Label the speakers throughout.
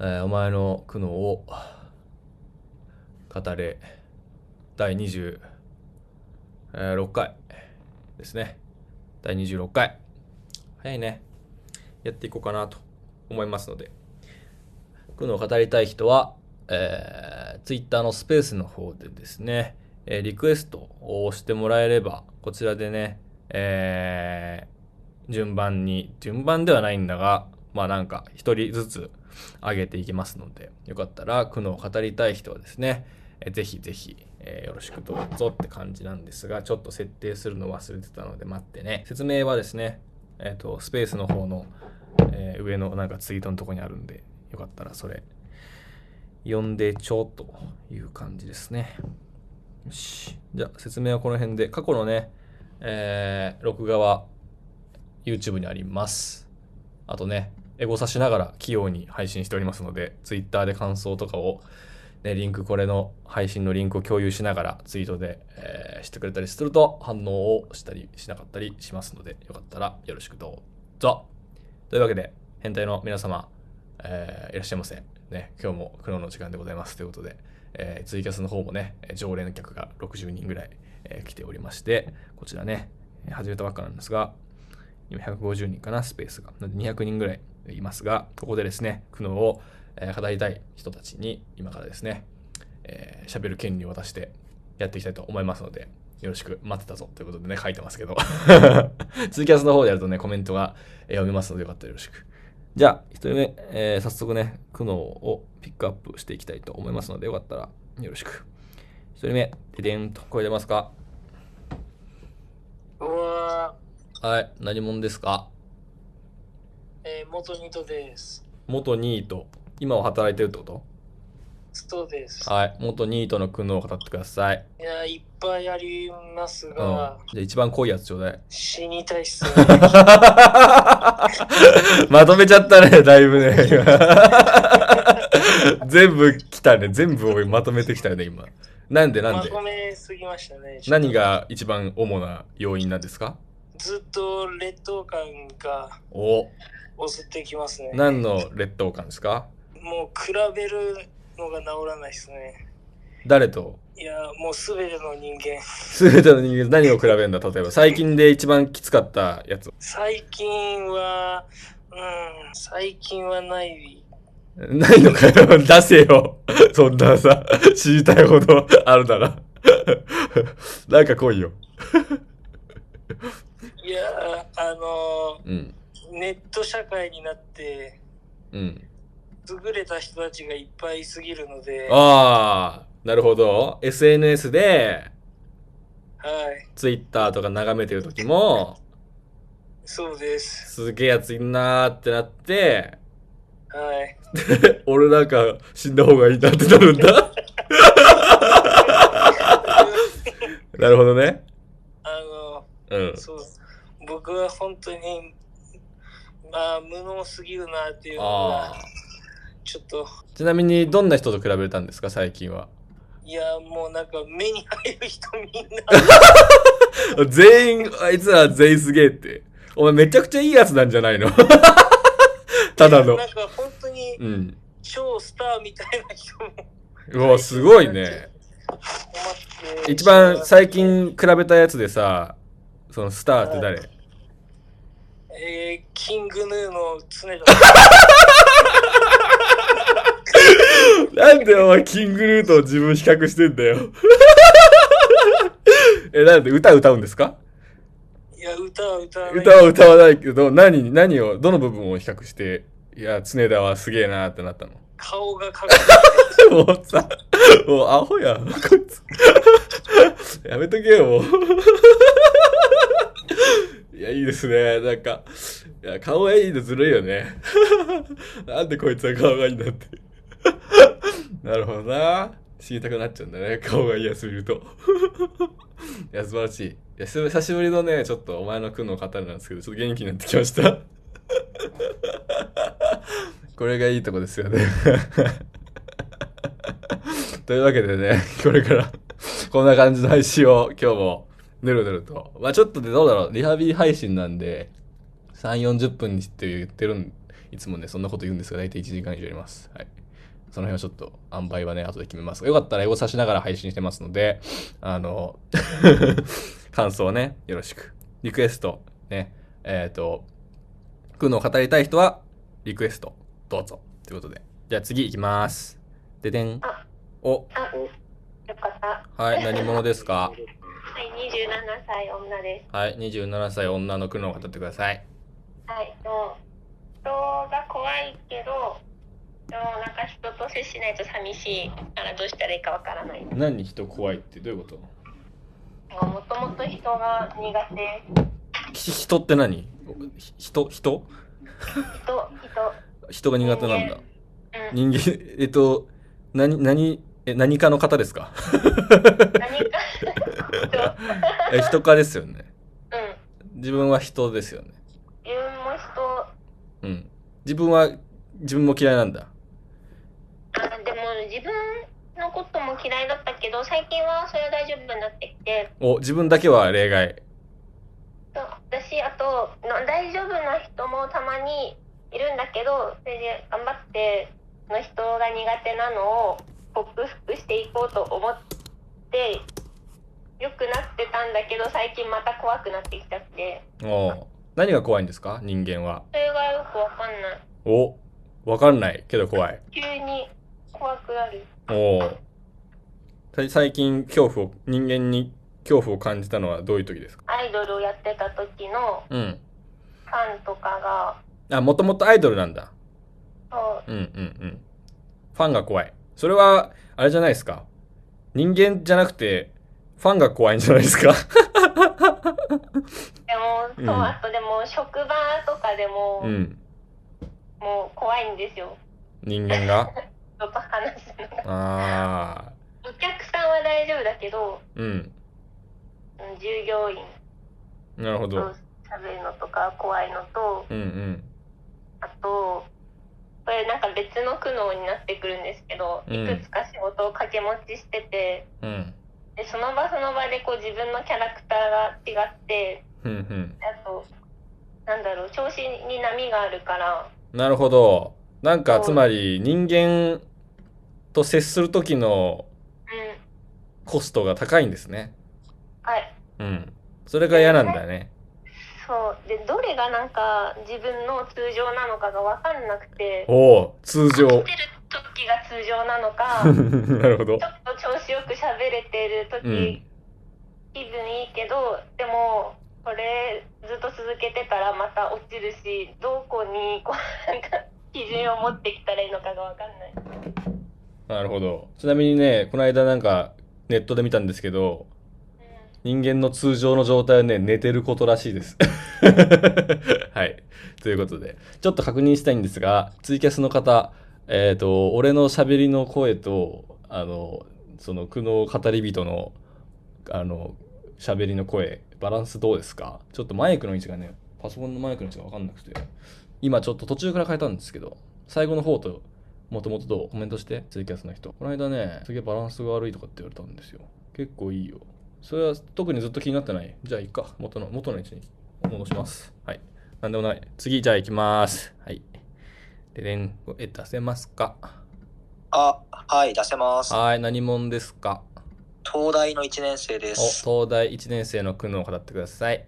Speaker 1: えーお前の苦悩を語れ第26回ですね第26回早いねやっていこうかなと思いますので苦悩を語りたい人は、えー、Twitter のスペースの方でですね、えーリクエストをしてもらえればこちらでね、えー順番に順番ではないんだがまあなんか一人ずつ上げていきますのでよかったら苦悩を語りたい人はですねえーぜひぜひ、えーよろしくどうぞって感じなんですがちょっと設定するの忘れてたので待ってね説明はですねえっ、とスペースの方の、えー上のなんかツイートのとこにあるんでよかったらそれ読んでちょうという感じですねよしじゃあ説明はこの辺で過去のね、えー録画は YouTube にありますあとね、エゴサしながら器用に配信しておりますので、Twitter で感想とかを、ね、リンク、これの配信のリンクを共有しながらツイートで、えーしてくれたりすると反応をしたりしなかったりしますので、よかったらよろしくどうぞ。というわけで、変態の皆様、えーいらっしゃいませ。ね、今日も苦悩の時間でございますということで、えーツイキャスの方もね、えー常連客が60人ぐらい、えー来ておりまして、こちらね、始めたばっかなんですが、今150人かな、スペースが。なので200人ぐらいいますが、ここでですね、苦悩を、えー語りたい人たちに、今からですね、えー喋る権利を渡してやっていきたいと思いますので、よろしく待ってたぞということでね、書いてますけど。 ツイキャスの方でやるとね、コメントがえー読めますので、よかったらよろしく。じゃあ、一人目、えー早速ね、苦悩をピックアップしていきたいと思いますので、よかったらよろしく。一人目、ででんと、声出ますか
Speaker 2: うわ
Speaker 1: はい、何者ですか
Speaker 2: ー、えー、元ニトです。
Speaker 1: 元ニート、今は働いてるってこと
Speaker 2: そうです。
Speaker 1: はい、元ニートの苦悩を語ってください。
Speaker 2: いやー、いっぱいあります
Speaker 1: うん。じゃ
Speaker 2: が、
Speaker 1: あ一番濃いやつちょうだい。
Speaker 2: 死にたいっすね。
Speaker 1: まとめちゃったね、だいぶね。 今全部来たね、全部をまとめてきたよね、今。なんでなん
Speaker 2: ま
Speaker 1: で
Speaker 2: とめすぎましたね。ちょっと
Speaker 1: 何が一番主な要因なんですか
Speaker 2: ずっと劣等感が
Speaker 1: お
Speaker 2: 襲ってきますね。
Speaker 1: 何の劣等感ですか
Speaker 2: もう比べるのが治らないっすね。
Speaker 1: 誰と
Speaker 2: いやー、もうすべての人間。
Speaker 1: 全ての人間何を比べるんだ例えば最近で一番きつかったやつ
Speaker 2: 最近は、うん、最近はない。
Speaker 1: ないのかよ 出せよそんなさ知りたいほどあるならなんか来いよ
Speaker 2: いやー、あの
Speaker 1: うん
Speaker 2: ー、ネット社会になって、
Speaker 1: うん
Speaker 2: 優れた人たちがいっぱいいすぎるので、は
Speaker 1: ああなるほど SNS で
Speaker 2: い、
Speaker 1: Twitter とか眺めてる時も
Speaker 2: そうです。
Speaker 1: すげえやついんなーってなって
Speaker 2: はい。
Speaker 1: 俺なんか死んだ方がいいなってなるんだなるほどね
Speaker 2: あ
Speaker 1: うん
Speaker 2: の、そう、僕は本当に、まあ、無能すぎるなっていうの
Speaker 1: あ
Speaker 2: が
Speaker 1: あ、
Speaker 2: ちょっと、
Speaker 1: ちなみにどんな人と比べたんですか最近はい
Speaker 2: や、もうなんか目に入る人みん
Speaker 1: 全員、あいつら全員すげえって。お前めちゃくちゃいいやつなんじゃないの ただ
Speaker 2: な、
Speaker 1: の
Speaker 2: な。んか本当に
Speaker 1: うん。
Speaker 2: 超スターみたいな人も
Speaker 1: うわ、すごいね。
Speaker 2: 困って。
Speaker 1: 一番最。近比べたやつでさ、そのスターって誰
Speaker 2: えー、キングヌーの常田
Speaker 1: なんでお前キングルートを自分比較してんだよ。 え、なんで歌歌うんですか
Speaker 2: いや、歌は歌わない。
Speaker 1: 歌は歌わないけど、何、何を、どの部分を比較して、いや、常田はすげえなーってなったの
Speaker 2: 顔がかっこいい。
Speaker 1: もうさ、もうアホやん、こいつ。やめとけよ、もう。いや、いいですね。なんか、いや、顔がいいのずるいよね。なんでこいつは顔がいいんだって。なるほどな。知りたくなっちゃうんだね。顔が嫌すぎると。いや、素晴らしい。いや、す久しぶりのね、ちょっとお前の苦悩を語るなんですけど、ちょっと元気になってきました。これがいいとこですよね。というわけでね、 これから、こんな感じの配信を今日も、ぬるぬると。まあちょっとでどうだろう、リハビリ配信なんで、3、40分にって言ってるん、いつもね、そんなこと言うんですが、大体1時間以上やります。はい。その辺はちょっと、塩梅はね、後で決めますが、よかったら、エゴさしながら配信してますので、あの、 感想ね、よろしく。リクエスト、ね、えっ、と、くのを語りたい人は、リクエスト、どうぞ。ということで。じゃあ次行きます。ででん。お、
Speaker 3: あ、よかった。
Speaker 1: はい、何者です
Speaker 3: は
Speaker 1: か
Speaker 3: い、二十七歳女です。
Speaker 1: はい、27歳女の苦悩を語ってください。
Speaker 3: はい、と人が怖いけど、でもなんか人と接しないと寂しいからどうしたらいいかわからない。
Speaker 1: 何人怖いってどういうこと
Speaker 3: もともと人が苦手。
Speaker 1: 人って何ひ人人
Speaker 3: 人、人、
Speaker 1: 人が苦手なんだ。
Speaker 3: うん、
Speaker 1: 人間、 えっと、何、何、え、何かの方ですか
Speaker 3: 何か、人、
Speaker 1: え、人かですよね。
Speaker 3: うん、
Speaker 1: 自分は人ですよね。
Speaker 3: 自分も人、
Speaker 1: うん。自分は、自分も嫌いなんだ。
Speaker 3: あ、でも自分のことも嫌いだったけど、最近はそれは大丈夫になってきて、
Speaker 1: お、自分だけは例外。
Speaker 3: そう私あとの大丈夫な人もたまにいるんだけどそれで頑張っての人が苦手なのを克服していこうと思って良くなってたんだけど最近また怖くなってきちゃって
Speaker 1: お何が怖いんですか人間は。
Speaker 3: それがよくわかんない
Speaker 1: お、わかんないけど怖い。
Speaker 3: 急に怖くなる
Speaker 1: おお。さ最近恐怖を、人間に恐怖を感じたのはどういう時ですか
Speaker 3: アイドルをやってた時の
Speaker 1: うん。
Speaker 3: ファンとかが
Speaker 1: あ、もともとアイドルなんだ。
Speaker 3: そう
Speaker 1: うんうんうん。ファンが怖い。それは、あれじゃないですか。人間じゃなくて、ファンが怖いんじゃないです か
Speaker 3: でもそう、
Speaker 1: うん
Speaker 3: あとでも職場とかでも、
Speaker 1: うん。
Speaker 3: もう怖いんですよ
Speaker 1: 人間が。
Speaker 3: 人と話すのが。
Speaker 1: ああ。
Speaker 3: お客さんは大丈夫だけど、
Speaker 1: うん。
Speaker 3: うん従業員
Speaker 1: なるほ
Speaker 3: と
Speaker 1: ど。
Speaker 3: 喋るのとか怖いのと、
Speaker 1: うんうん。
Speaker 3: あと、これなんか別の苦悩になってくるんですけど、
Speaker 1: うん
Speaker 3: いくつか仕事を掛け持ちしてて、
Speaker 1: うん。
Speaker 3: でその場その場でこう自分のキャラクターが違って、
Speaker 1: うんうん。
Speaker 3: あと、なんだろう、調子に波があるから、
Speaker 1: なるほど。なんか、
Speaker 3: そう
Speaker 1: つまり、人間と接する時の
Speaker 3: うん、
Speaker 1: コストが高いんですね。
Speaker 3: はい。
Speaker 1: うん。それが嫌なんだね。
Speaker 3: そう。で、どれがなんか自分の通常なのかがわかんなくて、
Speaker 1: おお、通
Speaker 3: 来てる
Speaker 1: 常。
Speaker 3: 時が通常なのか、
Speaker 1: なるほど
Speaker 3: ちょ。っと調子よく喋れてる時、
Speaker 1: うん。
Speaker 3: 気分いいけどでもこれずっと続けてたらまた落ちるしどこにこうなんか基準を持ってきたらいいのかがわかん ない
Speaker 1: なるほど。ちなみにね、この間なんかネットで見たんですけど、人間の通常の状態はね、寝てることらしいです。 はい。ということで、ちょっと確認したいんですが、ツイキャスの方、えっ、と、俺の喋りの声と、あの、その苦悩語り人の、あの、喋りの声、バランスどうですかちょっとマイクの位置がね、パソコンのマイクの位置がわかんなくて、今ちょっと途中から変えたんですけど、最後の方と、もともとどうコメントして、ツイキャスの人。この間ね、すげえバランスが悪いとかって言われたんですよ。結構いいよ。それは特にずっと気になってない。じゃあいいか。元の、元の位置に戻します。はい。なんでもない。次、じゃあ行きます。はい。ででん、え、出せますか
Speaker 4: あ、はい、出せます。
Speaker 1: はい、何者ですか
Speaker 4: 東大の1年生です。
Speaker 1: お、東大1年生の苦悩を語ってください。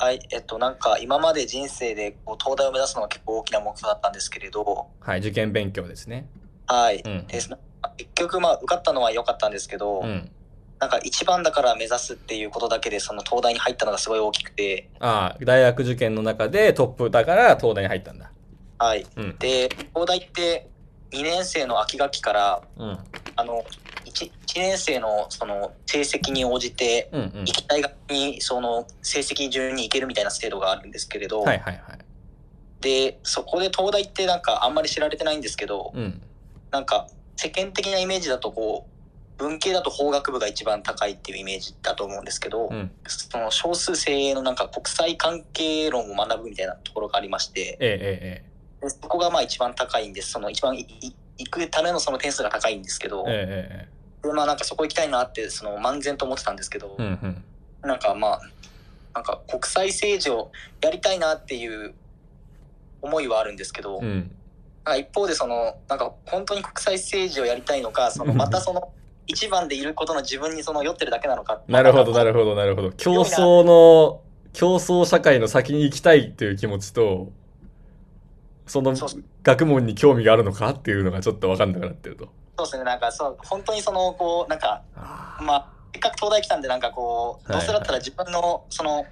Speaker 4: はい、えっと、なんか今まで人生でこう東大を目指すのが結構大きな目標だったんですけれど、
Speaker 1: はい、受験勉強ですね。
Speaker 4: はい、
Speaker 1: うん。
Speaker 4: です結局まあ受かったのは良かったんですけど、
Speaker 1: うん。
Speaker 4: なんか一番だから目指すっていうことだけでその東大に入ったのがすごい大きくて、
Speaker 1: ああ、大学受験の中でトップだから東大に入ったんだ。
Speaker 4: はい。
Speaker 1: うん。
Speaker 4: で、東大って2年生の秋学期から、
Speaker 1: うん。
Speaker 4: あの、1, 1年生のその成績に応じて、
Speaker 1: うんうん
Speaker 4: 行。きたい学期にその成績順に行けるみたいな制度があるんですけれど、
Speaker 1: はいはいはい。
Speaker 4: でそこで東大ってなんかあんまり知られてないんですけど
Speaker 1: うん。
Speaker 4: なんか世間的なイメージだとこう文系だと法学部が一番高いっていうイメージだと思うんですけど、
Speaker 1: うん。
Speaker 4: その少数精鋭のなんか国際関係論を学ぶみたいなところがありまして
Speaker 1: ええ
Speaker 4: でそこがまあ一番高いんですその一番いい行くためのその点数が高いんですけど
Speaker 1: えええ。え、ええ
Speaker 4: でまあなんかそこ行きたいなってその漫然と思ってたんですけど、
Speaker 1: え。うんうん。
Speaker 4: なんかまあなんか国際政治をやりたいなっていう思いはあるんですけど、
Speaker 1: う
Speaker 4: な
Speaker 1: ん。
Speaker 4: んか一方でそのなんか本当に国際政治をやりたいのかそのまたその一番でいることの自分にその酔ってるだけなのか
Speaker 1: なるほど、な
Speaker 4: る
Speaker 1: るほど、なるほど。競争の、競争社会の先に行きたいという気持ちと、その
Speaker 4: そうそう
Speaker 1: 学問に興味があるのかっていうのがちょっと分かんなくなってると。
Speaker 4: そうですねなんかそう本当にそのこうなんか
Speaker 1: あ
Speaker 4: まあせっかく東大来たんでなんかこう
Speaker 1: は
Speaker 4: ど
Speaker 1: いうはい
Speaker 4: せだったら自分のその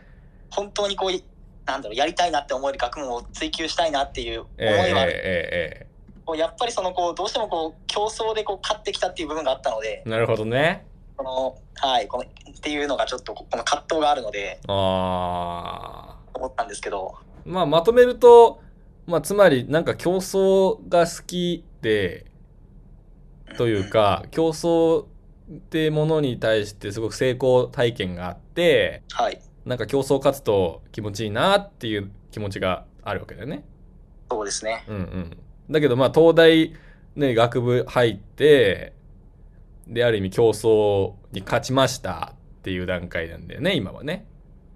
Speaker 4: 本当にこういなんだろうやりたいなって思える学問を追求したいなっていう思
Speaker 1: えええ
Speaker 4: いはある、
Speaker 1: ええ
Speaker 4: こうやっぱりそのこうどうしてもこう競争でこう勝ってきたっていう部分があったので
Speaker 1: えなるほどね。
Speaker 4: このはいこのっていうのがちょっとここの葛藤があるので
Speaker 1: ああ。
Speaker 4: 思ったんですけど
Speaker 1: まあ、まとめると、まあ、つまり、なんか競争が好きで、というか、競争ってものに対してすごく成功体験があって、
Speaker 4: うんはい
Speaker 1: なんか競争勝つと気持ちいいなっていう気持ちがあるわけだよね。
Speaker 4: そうですね
Speaker 1: うんうん。だけどまあ東大ね学部入ってである意味競争に勝ちましたっていう段階なんだよね今はね。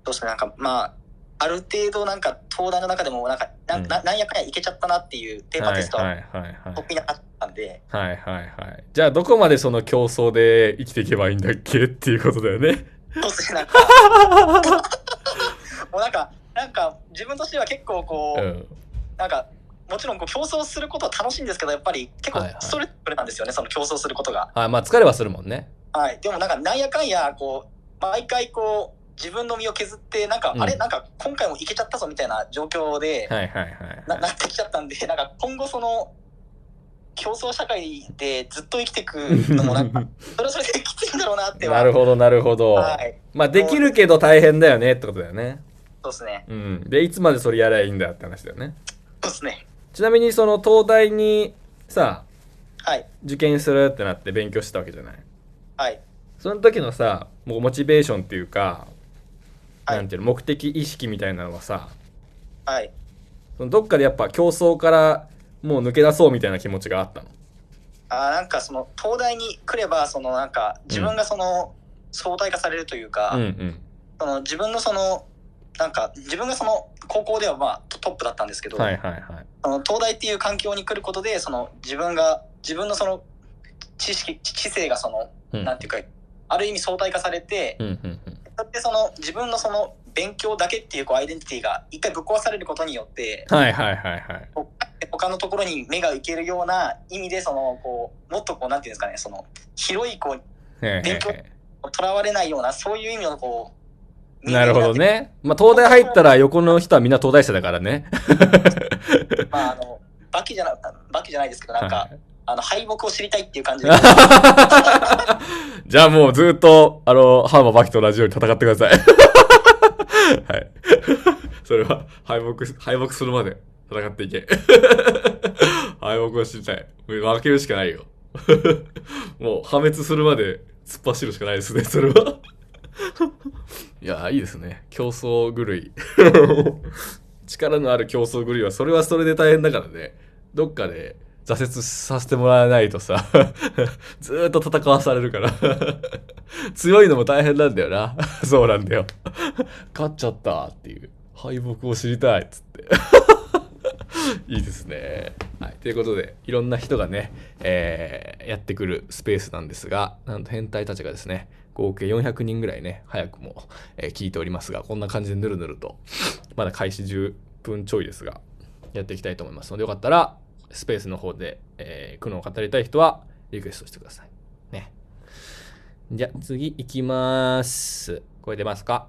Speaker 4: どうですかなんかまあある程度なんか東大の中でもなんかな,、
Speaker 1: うん
Speaker 4: ん、ななんやかんやいけちゃったなっていうテーマ
Speaker 1: は
Speaker 4: テ
Speaker 1: い
Speaker 4: ストは
Speaker 1: は
Speaker 4: はい
Speaker 1: はいはい
Speaker 4: 得意なかったんで、
Speaker 1: はいはいはい。じゃあどこまでその競争で生きていけばいいんだっけっていうことだよね。
Speaker 4: そうですねなんか もうなんかなんか自分としては結構こ
Speaker 1: う
Speaker 4: う、
Speaker 1: ん。
Speaker 4: なんかもちろんこう競争することは楽しいんですけどやっぱり結構
Speaker 1: はいはい
Speaker 4: ストレスなんですよね、その競争することが。
Speaker 1: あまあ疲れはするもんね。
Speaker 4: はい、でもなんかなんやかんやこう毎回こう自分の身を削ってなんか、
Speaker 1: うん
Speaker 4: あれなんか今回もいけちゃったぞみたいな状況で、
Speaker 1: はいはいはい
Speaker 4: な
Speaker 1: は。
Speaker 4: ないってきちゃったんで なんか今後その競争社会でずっと生きていくのも なんかそれはそれできついんだろうなっては
Speaker 1: なるほどなるほど。
Speaker 4: はい
Speaker 1: まあできるけど大変だよねってことだよね。
Speaker 4: そうですね
Speaker 1: うん。でいつまでそれやりゃいいんだって話だよね。
Speaker 4: そうですね
Speaker 1: ちなみにその東大にさ
Speaker 4: はい
Speaker 1: 受験するってなって勉強してたわけじゃない
Speaker 4: はい
Speaker 1: その時のさもうモチベーションっていうか、
Speaker 4: はい
Speaker 1: なんていうの目的意識みたいなのはさ
Speaker 4: はい
Speaker 1: そのどっかでやっぱ競争からもう抜け出そうみたいな気持ちがあったの
Speaker 4: あーなんかその東大に来ればそのなんか自分がその相対化されるというか、
Speaker 1: うんうん
Speaker 4: その自分のそのなんか自分がその高校ではまあトトップだったんですけど、
Speaker 1: はいはいはい
Speaker 4: その東大っていう環境に来ることでその自分が自分のその知識知知性がその、
Speaker 1: うん
Speaker 4: なんていうかある意味相対化されて、
Speaker 1: うんうん
Speaker 4: だってその自分のその勉強だけっていうこうアイデンティティが一回ぶっ壊されることによって
Speaker 1: うんはいはいはいはい
Speaker 4: 他のところに目が行けるような意味でそのこうもっとこうなんていうんですかねその広いこ
Speaker 1: へえへ
Speaker 4: 勉強
Speaker 1: えへ
Speaker 4: うとらわれないようなそういう意味のこう
Speaker 1: えなるほど、ねまあ東大入ったら横の人はみんな東大生だか らね
Speaker 4: 人間になってまあ、あのバキじゃなバキじゃないですけどなんか、
Speaker 1: はい
Speaker 4: あの敗北を知りたいっていう感 じで
Speaker 1: じゃあもうずっと、あの、ハーマーバキとラジオに戦ってください。 はい。それは、敗北す、敗北するまで戦っていけ。 敗北を知りたい。もう負けるしかないよ。 もう破滅するまで突っ走るしかないですね、それは。 いや、いいですね。競争狂い。 力のある競争狂いは、それはそれで大変だからね。どっかで挫折させてもらわないとさ、 ずーっと戦わされるから。強いのも大変なんだよな。そうなんだよ。勝っちゃったっていう。敗北を知りたいっつって。いいですね。はい。ということで、いろんな人がね、えーやってくるスペースなんですが、なんと変態たちがですね、合計400人ぐらいね、早くも、えー聞いておりますが、こんな感じでぬるぬると、まだ開始10分ちょいですが、やっていきたいと思いますので、よかったら、スペースの方で、えー苦悩を語りたい人は、リクエストしてください。ね。じゃあ、次行きます。声出ますか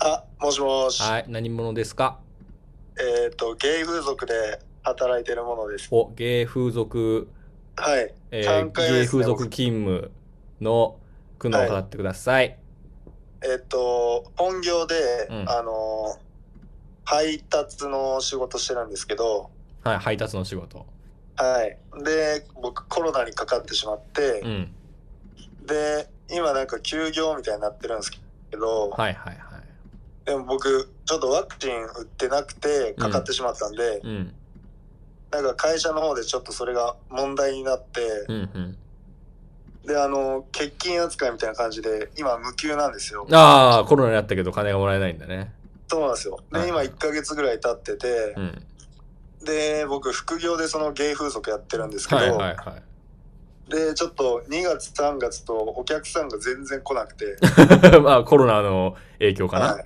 Speaker 5: あ、もしもし。
Speaker 1: はい。何者ですか
Speaker 5: えっ、と、芸風俗で働いてるものです。
Speaker 1: お、芸風俗、
Speaker 5: はい。
Speaker 1: えー
Speaker 5: 三回目
Speaker 1: 芸
Speaker 5: ですね
Speaker 1: 風俗勤務の苦悩を語ってください。
Speaker 5: えっ、と、本業で、
Speaker 1: うん
Speaker 5: あのー、配達の仕事してるんですけど、
Speaker 1: はい、配達の仕事。
Speaker 5: はい。で、僕、コロナにかかってしまって、
Speaker 1: うん。
Speaker 5: で、今なんか休業みたいになってるんですけど、
Speaker 1: はいはいはい。
Speaker 5: でも僕、ちょっとワクチン打ってなくて、かかってしまったんで、
Speaker 1: うん。
Speaker 5: なんか会社の方でちょっとそれが問題になって、
Speaker 1: うんうん。
Speaker 5: で、あのー、欠勤扱いみたいな感じで、今、無給なんですよ。
Speaker 1: ああ、コロナになったけど金がもらえないんだね。
Speaker 5: そうなんですよ。
Speaker 1: はい
Speaker 5: で、今1ヶ月ぐらい経ってて
Speaker 1: う、ん。
Speaker 5: で僕副業でその芸風俗やってるんですけど、
Speaker 1: はいはいはい。
Speaker 5: でちょっと2月3月とお客さんが全然来なくて
Speaker 1: まあコロナの影響かな。
Speaker 5: はい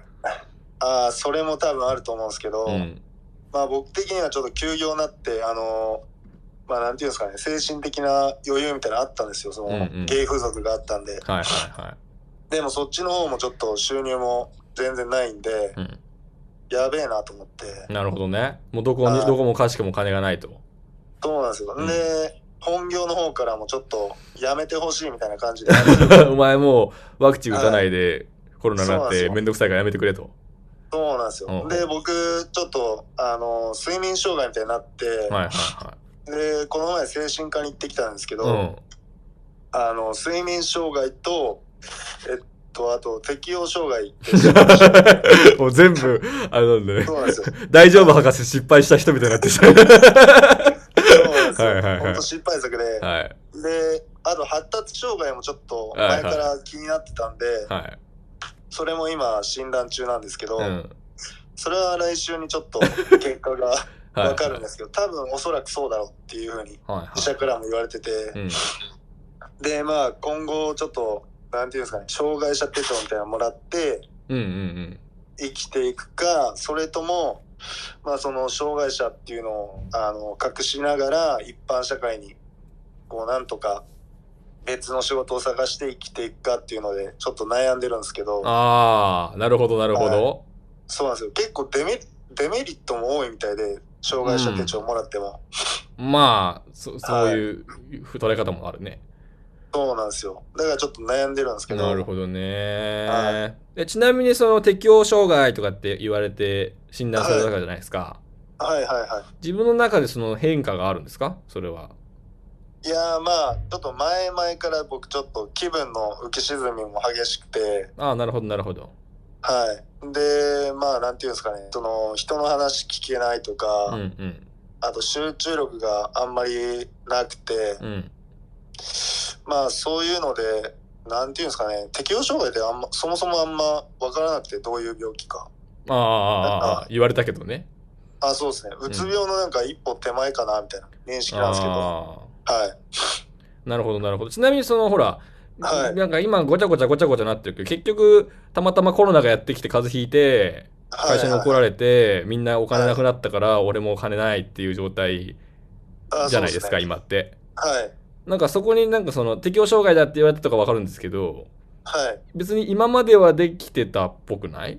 Speaker 5: あーそれも多分あると思うんですけど、
Speaker 1: うん。
Speaker 5: まあ僕的にはちょっと休業になってあのーまあなんていうんですかね精神的な余裕みたいなのあったんですよその、
Speaker 1: うんうん
Speaker 5: 芸風俗があったんで
Speaker 1: はいはいは
Speaker 5: でもそっちの方もちょっと収入も全然ないんで、
Speaker 1: うん
Speaker 5: やべえなと思って
Speaker 1: い。なるほどね。もうどこ
Speaker 5: は
Speaker 1: に、
Speaker 5: い
Speaker 1: どこもかしくも金がないと。
Speaker 5: そうなんですよ、
Speaker 1: うん
Speaker 5: で本業の方からもちょっとやめてほしいみたいな感じで
Speaker 1: お前もうワクチン打たないでコロナになっ
Speaker 5: そうなんです
Speaker 1: て
Speaker 5: よ
Speaker 1: めんどくさいからやめてくれと。
Speaker 5: そうなんですよ、
Speaker 1: うん
Speaker 5: で僕ちょっとあのー睡眠障害みたいになって、
Speaker 1: はいはいは
Speaker 5: でこの前精神科に行ってきたんですけど、
Speaker 1: い。うん。
Speaker 5: あの睡眠障害とえっとあと適応障害って知って ました
Speaker 1: もう全部、あれなんだね
Speaker 5: そ。うなんですよ
Speaker 1: 大丈夫博士失敗した人みたいになってしま
Speaker 5: そうなんですよ、
Speaker 1: はいはいはい
Speaker 5: ほんと失敗作で、
Speaker 1: う。はい。
Speaker 5: であと発達障害もちょっと前から気になってたんで、
Speaker 1: はい。
Speaker 5: それも今診断中なんですけど、
Speaker 1: うん。
Speaker 5: それは来週にちょっ と結果が
Speaker 1: はい。
Speaker 5: わかるんですけど、多分おそらくそうだろうっていうふうに
Speaker 1: はいは
Speaker 5: 医者からも言われてて
Speaker 1: い。、うん。
Speaker 5: でまあ今後ちょっとなんていうんですかね障害者手帳みたいなのもらって
Speaker 1: うんうん
Speaker 5: 生きていくかそれとも、まあ、その障害者っていうのをあの隠しながら一般社会にこうなんとか別の仕事を探して生きていくかっていうのでちょっと悩んでるんですけ
Speaker 1: うん。
Speaker 5: ど
Speaker 1: ああ、なるほどなるほど。
Speaker 5: そうなんですよ結構デメデメリットも多いみたいで障害者手帳もらっても、
Speaker 1: まあ、そそういう捉え方もあるね。
Speaker 5: そうなんですよだからちょっと悩んでるんですけど
Speaker 1: なるほど
Speaker 5: は
Speaker 1: ね。でちなみにその適応障害とかって言われて診断されたからじゃないですか。
Speaker 5: はいはいは
Speaker 1: 自分の中でその変化があるんですかそれは。
Speaker 5: いいやーまあちょっと前々から僕ちょっと気分の浮き沈みも激しくて
Speaker 1: ああ、なるほどなるほど。
Speaker 5: はい。で、まあ、なんていうんですかね、その、人の話聞けないとか、
Speaker 1: うんうん
Speaker 5: あと集中力があんまりなくて、
Speaker 1: うん。
Speaker 5: まあ、そういうので、なんていうんですかね、適応障害であんま、そもそもあんま分からなくて、どういう病気か。
Speaker 1: ああああああ、言われたけどね。
Speaker 5: あ、そうですね。うつ病のなんか一歩手前かな、みたいな認識なんですけど、は
Speaker 1: ああ。
Speaker 5: い。
Speaker 1: なるほどなるほど。ちなみにそのほら、
Speaker 5: はい
Speaker 1: なんか今ごちゃごちゃごちゃごちゃなってるけど、結局たまたまコロナがやってきて風邪ひいて、
Speaker 5: はい
Speaker 1: 会社に怒られて、みんなお金なくなったから俺もお金ないっていう状態
Speaker 5: あ
Speaker 1: じゃないですか、。
Speaker 5: そうね
Speaker 1: 今って。
Speaker 5: はい。
Speaker 1: なんかそこになんかその適応障害だって言われたとかわかるんですけど、
Speaker 5: はい。
Speaker 1: 別に今まではできてたっぽくない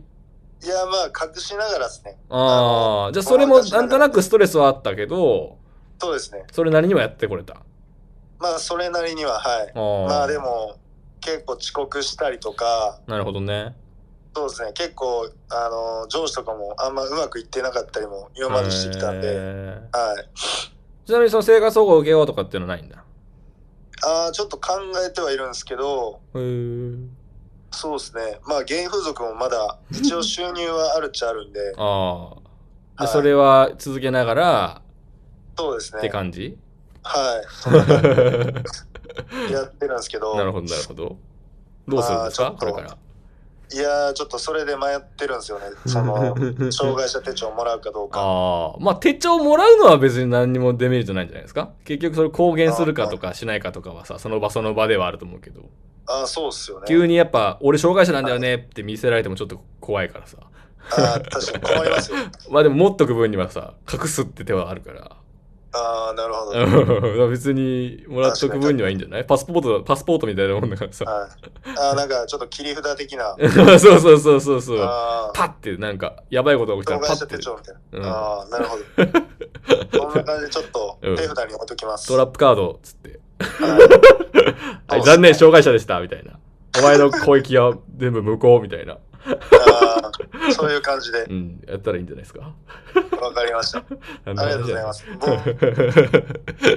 Speaker 5: いや、まあ、隠しながらですね。
Speaker 1: ああ、じゃあそれ
Speaker 5: ご
Speaker 1: も
Speaker 5: まかしなが
Speaker 1: な
Speaker 5: ら
Speaker 1: んとなくストレスはあったけど、
Speaker 5: そうですね。
Speaker 1: それなりにはやってこれた。あ
Speaker 5: まあ、それなりには、はい。
Speaker 1: ー
Speaker 5: まあ、で。も、結構遅刻したりとか、
Speaker 1: なるほどね。
Speaker 5: そうですね結構あの上司とかもあんまうまくいってなかったりも今までしてきたんで、
Speaker 1: へー
Speaker 5: はい、
Speaker 1: ちなみにその生活保護を受けようとかっていうのはないんだ。
Speaker 5: あーちょっと考えてはいるんですけど
Speaker 1: へー
Speaker 5: そうですねまあ芸風俗もまだ一応収入はあるっちゃあるん で
Speaker 1: ああ。
Speaker 5: はい
Speaker 1: で、それは続けながら
Speaker 5: そうです
Speaker 1: って
Speaker 5: ね
Speaker 1: 感じ
Speaker 5: は
Speaker 1: なる
Speaker 5: いやってるんですけど
Speaker 1: ほど、なるほど。どうするんです
Speaker 5: あ
Speaker 1: か
Speaker 5: ーち
Speaker 1: こ
Speaker 5: ょっ
Speaker 1: れ
Speaker 5: と
Speaker 1: から。
Speaker 5: いやーちょっとそれで迷ってるんです よねその障害者手帳もらうかどうか
Speaker 1: ああ、まあ手帳もらうのは別に何にもデメリットないんじゃないですか結局それ公言するかとかしないかとかはさ、その場その場ではあると思うけど、
Speaker 5: ああそうっすよね
Speaker 1: 急にやっぱ俺障害者なんだよねって見せられてもちょっと怖いからさ。
Speaker 5: あー確かに困りますよ
Speaker 1: まあでも持っとく分にはさ、隠すって手はあるから。
Speaker 5: ああなるほど、
Speaker 1: 別にもらっとく分にはいいんじゃないパスポート、パスポートみたいなもんだからさ。
Speaker 5: はい、あーなんかちょっと切り札的な
Speaker 1: そうそうそうそうそう。
Speaker 5: あー
Speaker 1: パッてなんか、やばいことが起きた
Speaker 5: 障
Speaker 1: らパ
Speaker 5: 害者
Speaker 1: ッて
Speaker 5: 手。帳みたいな
Speaker 1: うん
Speaker 5: ああ、なるほど。こんな感じでちょっと手札に置いときます。
Speaker 1: トラップカードっつって。
Speaker 5: はい
Speaker 1: はい、残念、障害者でした、みたいな。お前の攻撃は全部無効、みたいな。
Speaker 5: あーそういう感じで
Speaker 1: うん、やったらいいんじゃないですか。
Speaker 5: わかりました。あ
Speaker 1: あり。
Speaker 5: りがとうございますす。もう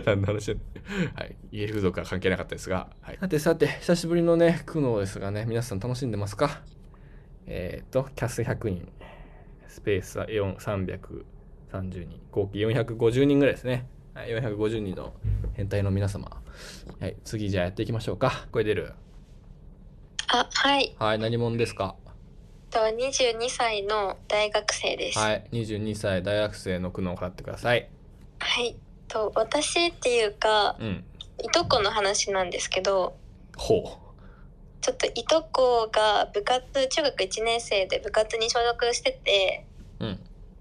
Speaker 1: 何の話やねんはい。家風俗は関係なかったですが。はい、さてさて、久しぶりのね、苦悩ですがね、皆さん楽しんでますかえっ、と、キャス100人、スペースはエオン330人、合計450人ぐらいですね。はい、450人の変態の皆様。はい、次じゃあやっていきましょうか。声出る。
Speaker 6: あ、はい。
Speaker 1: はい、何者ですか
Speaker 6: と22歳の大学生です。はい。
Speaker 1: はい、22歳大学生の苦悩を払ってください。
Speaker 6: と私っていうか
Speaker 1: うん。
Speaker 6: いとこの話なんですけど、
Speaker 1: ほ
Speaker 6: ちょっといとこが部活中学1年生で部活に所属してて、
Speaker 1: う。うん。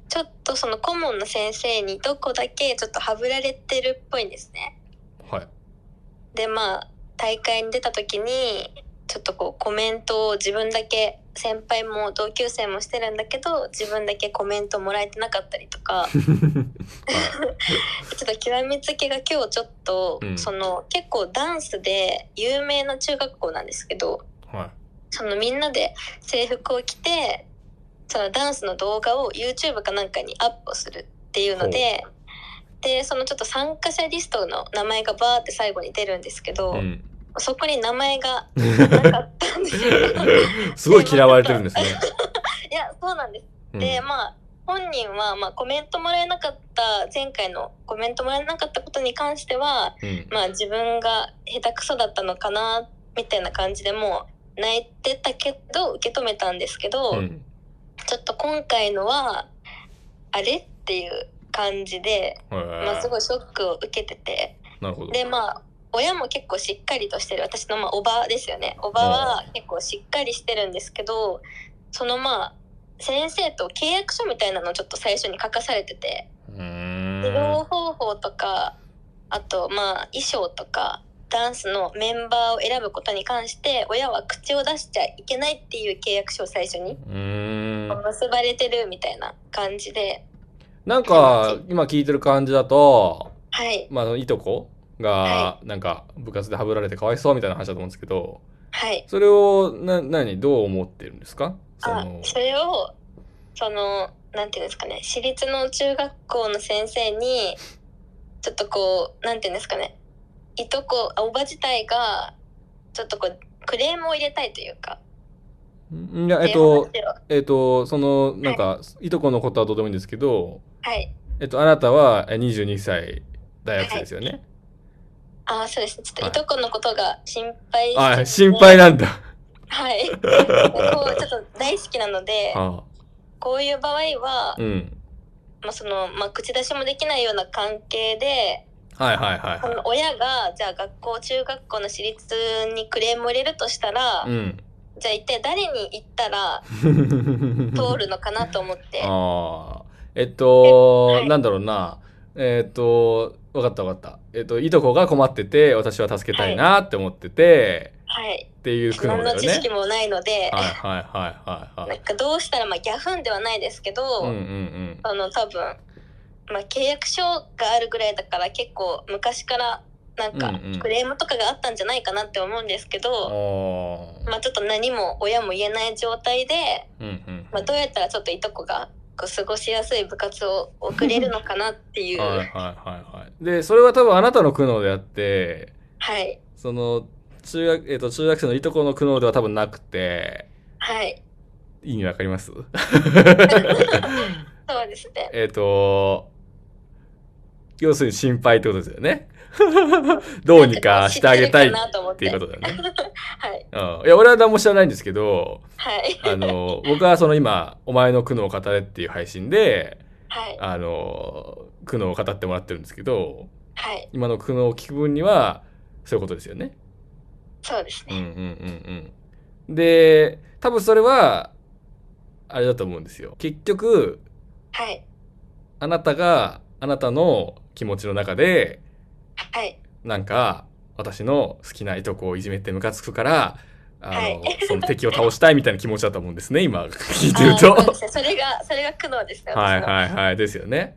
Speaker 6: ちょっとその顧問の先生にいとこだけちょっとはぶられてるっぽいんですね。
Speaker 1: はい。
Speaker 6: でまあ大会に出た時にちょっとこうコメントを自分だけ先輩も同級生もしてるんだけど自分だけコメントもらえてなかったりと か ちょっと極めつけが今日ちょっと、
Speaker 1: うん
Speaker 6: その結構ダンスで有名な中学校なんですけど
Speaker 1: は
Speaker 6: そのみんなで制服を着てそのダンスの動画を YouTube かなんかにアップをするっていうので。でそのちょっと参加者リストの名前がバーって最後に出るんですけど、
Speaker 1: い。うん。
Speaker 6: そこに名前 がなかったんですよ。
Speaker 1: すごい嫌われてるんですね。
Speaker 6: いや、そうなんです。
Speaker 1: うん
Speaker 6: で、まあ、本人は、まあ、コメントもらえなかった、前回のコメントもらえなかったことに関しては、
Speaker 1: うん。
Speaker 6: まあ、自分が下手くそだったのかな、みたいな感じでもう、泣いてたけど、受け止めたんですけど、
Speaker 1: うん。
Speaker 6: ちょっと今回のは、あれっていう感じで、
Speaker 1: へー
Speaker 6: まあ、すごいショックを受けてて、
Speaker 1: なるほど。
Speaker 6: でまあ親も結構しっかりとしてる私のまあおばですよねおばは結構しっかりしてるんですけどそのまあ先生と契約書みたいなのをちょっと最初に書かされてて
Speaker 1: うーん。
Speaker 6: 指導方法とかあとまあ衣装とかダンスのメンバーを選ぶことに関して親は口を出しちゃいけないっていう契約書を最初に
Speaker 1: うーん。
Speaker 6: 結ばれてるみたいな感じで
Speaker 1: なんか、今聞いてる感じだと、
Speaker 6: はい
Speaker 1: まあ、いとこが
Speaker 6: は、
Speaker 1: なんか、部活ではぶられてかわいそうみたいな話だと思うんですけど、
Speaker 6: はい
Speaker 1: それを、な、何、どう思ってるんですかそ
Speaker 6: あ
Speaker 1: の、
Speaker 6: それをそのなんていうんですかね私立の中学校の先生にちょっとこうなんていうんですかねいとこあおば自体がちょっとこうクレームを入れたいというか
Speaker 1: んいや、えっ
Speaker 6: いう話
Speaker 1: と
Speaker 6: を、
Speaker 1: えっと、その、なんか、いとこのことはどうでもいいんですけど、
Speaker 6: はい
Speaker 1: えっと、あなたはえ22歳大学生ですよね。
Speaker 6: あそうですねちょっと
Speaker 1: はい
Speaker 6: いとこのことが心配して
Speaker 1: あ、心配なんだ。
Speaker 6: はい こうちょっと大好きなので
Speaker 1: あ
Speaker 6: こういう場合は、
Speaker 1: うん。
Speaker 6: まあそのまあ、口出しもできないような関係で
Speaker 1: はいはいはい
Speaker 6: こ
Speaker 1: は
Speaker 6: の親がじゃあ学校中学校の私立にクレームを入れるとしたら、
Speaker 1: い。うん。
Speaker 6: じゃあ一体誰に行った ら通るのかなと思って、
Speaker 1: ああ。えっと、
Speaker 6: はい
Speaker 1: なんだろうな。えっと、わかったわかった。えっと、いとこが困ってて、私は助けたいなって思ってて、
Speaker 6: はい、
Speaker 1: っていう苦
Speaker 6: 何
Speaker 1: 悩
Speaker 6: の
Speaker 1: だよ
Speaker 6: 知識
Speaker 1: ね。
Speaker 6: もないので、
Speaker 1: はいはいはいはいは
Speaker 6: ないん。かどうしたらまあギャフンではないですけど、
Speaker 1: うんうん うん。
Speaker 6: その多分、まあ、契約書があるぐらいだから結構昔からなんか
Speaker 1: うんうん
Speaker 6: クレームとかがあったんじゃないかなって思うんですけ
Speaker 1: ああ
Speaker 6: ど、まあ、ちょっと何も親も言えない状態で、
Speaker 1: うんうん。
Speaker 6: まあ、どうやったらちょっといとこがこう過ごしやすい部活を送れるのかなっていう。
Speaker 1: はいはいはいはい。で、それは多分あなたの苦悩であって、
Speaker 6: はい
Speaker 1: その中学、えっと中学生のいとこの苦悩では多分なくて
Speaker 6: はい、
Speaker 1: 意味わかり ます
Speaker 6: そうですね。
Speaker 1: えっと要するに心配ってことですよねどうにかしてあげたいっ
Speaker 6: なと思って
Speaker 1: ていうことだよね、
Speaker 6: はい
Speaker 1: うん、いや俺は何も知らないんですけど
Speaker 6: はい
Speaker 1: あ の僕はその今「お前の苦悩を語れ」っていう配信で
Speaker 6: はい
Speaker 1: あの苦悩を語ってもらってるんですけど
Speaker 6: はい
Speaker 1: 今の苦悩を聞く分にはそういうことですよね
Speaker 6: そうです
Speaker 1: うん
Speaker 6: ね
Speaker 1: うんうんうん。で、多分それは、あれだと思うんですよ。結局、
Speaker 6: はい
Speaker 1: あなたが、あなたの気持ちの中で、
Speaker 6: はい
Speaker 1: なんか、私の好きないとこをいじめてムカつくから、あの、
Speaker 6: はい
Speaker 1: その敵を倒したいみたいな気持ちだと思うんですね、今聞いて
Speaker 6: あ
Speaker 1: る
Speaker 6: ー
Speaker 1: と。
Speaker 6: そうですねそれがそれが苦悩ですね
Speaker 1: は
Speaker 6: 私
Speaker 1: い
Speaker 6: の
Speaker 1: はいはい、ですよね。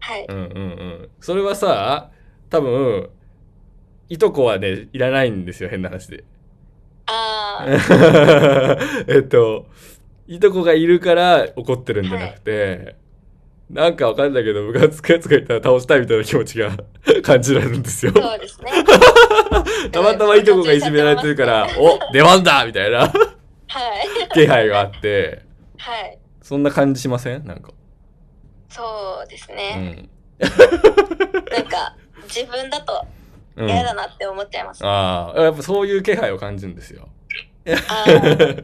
Speaker 6: はい
Speaker 1: うんうんうん。それはさ、多分、いとこはね、いらないんですよ、変な話で。
Speaker 6: あー
Speaker 1: えっと、いとこがいるから怒ってるんじゃなくて、なんかわかんないけど、部活くやつがいたら倒したいみたいな気持ちが感じられるんで すよ。
Speaker 6: そうですね
Speaker 1: たまたまいとこがいじめられてるから、お出番だみたいな
Speaker 6: はい
Speaker 1: 気配があって、
Speaker 6: はい
Speaker 1: そんな感じしませんなんか。
Speaker 6: そうです
Speaker 1: う
Speaker 6: ね、
Speaker 1: ん。
Speaker 6: なんか自分だと
Speaker 1: うん、
Speaker 6: 嫌だなって思っちゃいます、
Speaker 1: ああ、やっぱそういう気配を感じるんですよ。
Speaker 6: あー
Speaker 1: だか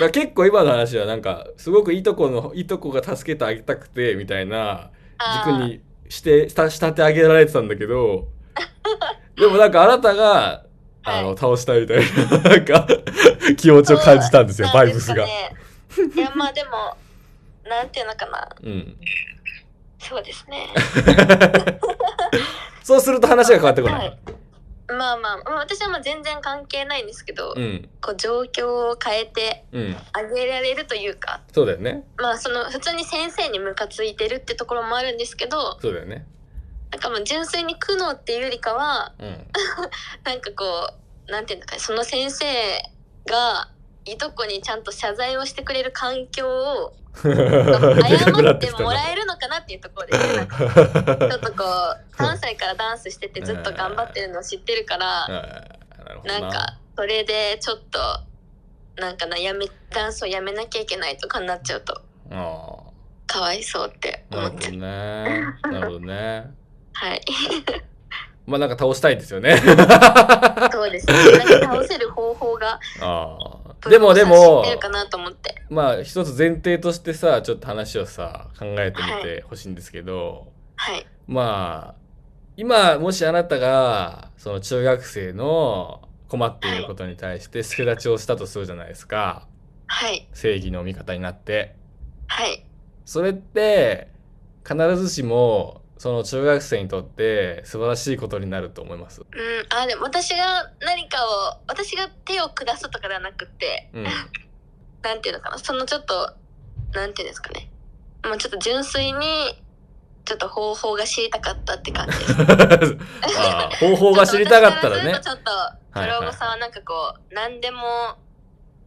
Speaker 1: ら結構今の話はなんかすごくいとこのいとこが助けてあげたくてみたいな
Speaker 6: あ
Speaker 1: 軸
Speaker 6: ー
Speaker 1: にしてした仕立て上げられてたんだけどでもなんかあなたがあの、
Speaker 6: は
Speaker 1: 倒したいみたいなな んか気持ちを感じたんですよ
Speaker 6: な
Speaker 1: バ
Speaker 6: ん
Speaker 1: イ
Speaker 6: で
Speaker 1: ブ
Speaker 6: す
Speaker 1: ス
Speaker 6: か
Speaker 1: が。
Speaker 6: ね、いやまあでもなんていうのかな
Speaker 1: うん、
Speaker 6: そうですね
Speaker 1: そうすると話が変わってこない。
Speaker 6: はいまあまあ、まあ、私はまあ全然関係ないんですけど、
Speaker 1: うん
Speaker 6: こう状況を変えて
Speaker 1: うん、
Speaker 6: あげられるというか
Speaker 1: そうだよね
Speaker 6: まあその普通に先生にムカついてるってところもあるんですけど
Speaker 1: そうだよね。
Speaker 6: なんかもう純粋に苦悩っていうよりかは
Speaker 1: うん
Speaker 6: なんかこうなんていうのかなその先生がいとこにちゃんと謝罪をしてくれる環境を謝ってもらえるのかなっていうところですね。なんかちょっとこう3歳からダンスしててずっと頑張ってるのを知ってるから。
Speaker 1: あーなるほど
Speaker 6: なんかそれでちょっとなんかなやめダンスをやめなきゃいけないとかになっちゃうと
Speaker 1: ああ
Speaker 6: かわいそうって思
Speaker 1: なる
Speaker 6: っ
Speaker 1: ほ
Speaker 6: ちゃ
Speaker 1: ど
Speaker 6: う
Speaker 1: ね。なるほどね。
Speaker 6: はい
Speaker 1: まあなんか倒したいですよ ね。
Speaker 6: そうですねなんか倒せる方法が
Speaker 1: ああ。でもで
Speaker 6: プロ
Speaker 1: も
Speaker 6: が知ってる、かなと思って
Speaker 1: まあ一つ前提としてさ、ちょっと話をさ、考えてみてほしいんですけど、
Speaker 6: はい
Speaker 1: まあ、今もしあなたが、その中学生の困っていることに対して助立ちをしたとするじゃないですか。
Speaker 6: はい
Speaker 1: 正義の味方になって。
Speaker 6: はい
Speaker 1: それって、必ずしも、その中学生にとって素晴らしいことになると思います。
Speaker 6: うんあでも私が何かを私が手を下すとかではなくって
Speaker 1: うん。
Speaker 6: なんていうのかなそのちょっとなんていうんですかねもうちょっと純粋にちょっと方法が知りたかったって 感じです
Speaker 1: ああ方法が知りたかったらね
Speaker 6: ちょっと
Speaker 1: いはい
Speaker 6: ロゴさんはなんかこう何でも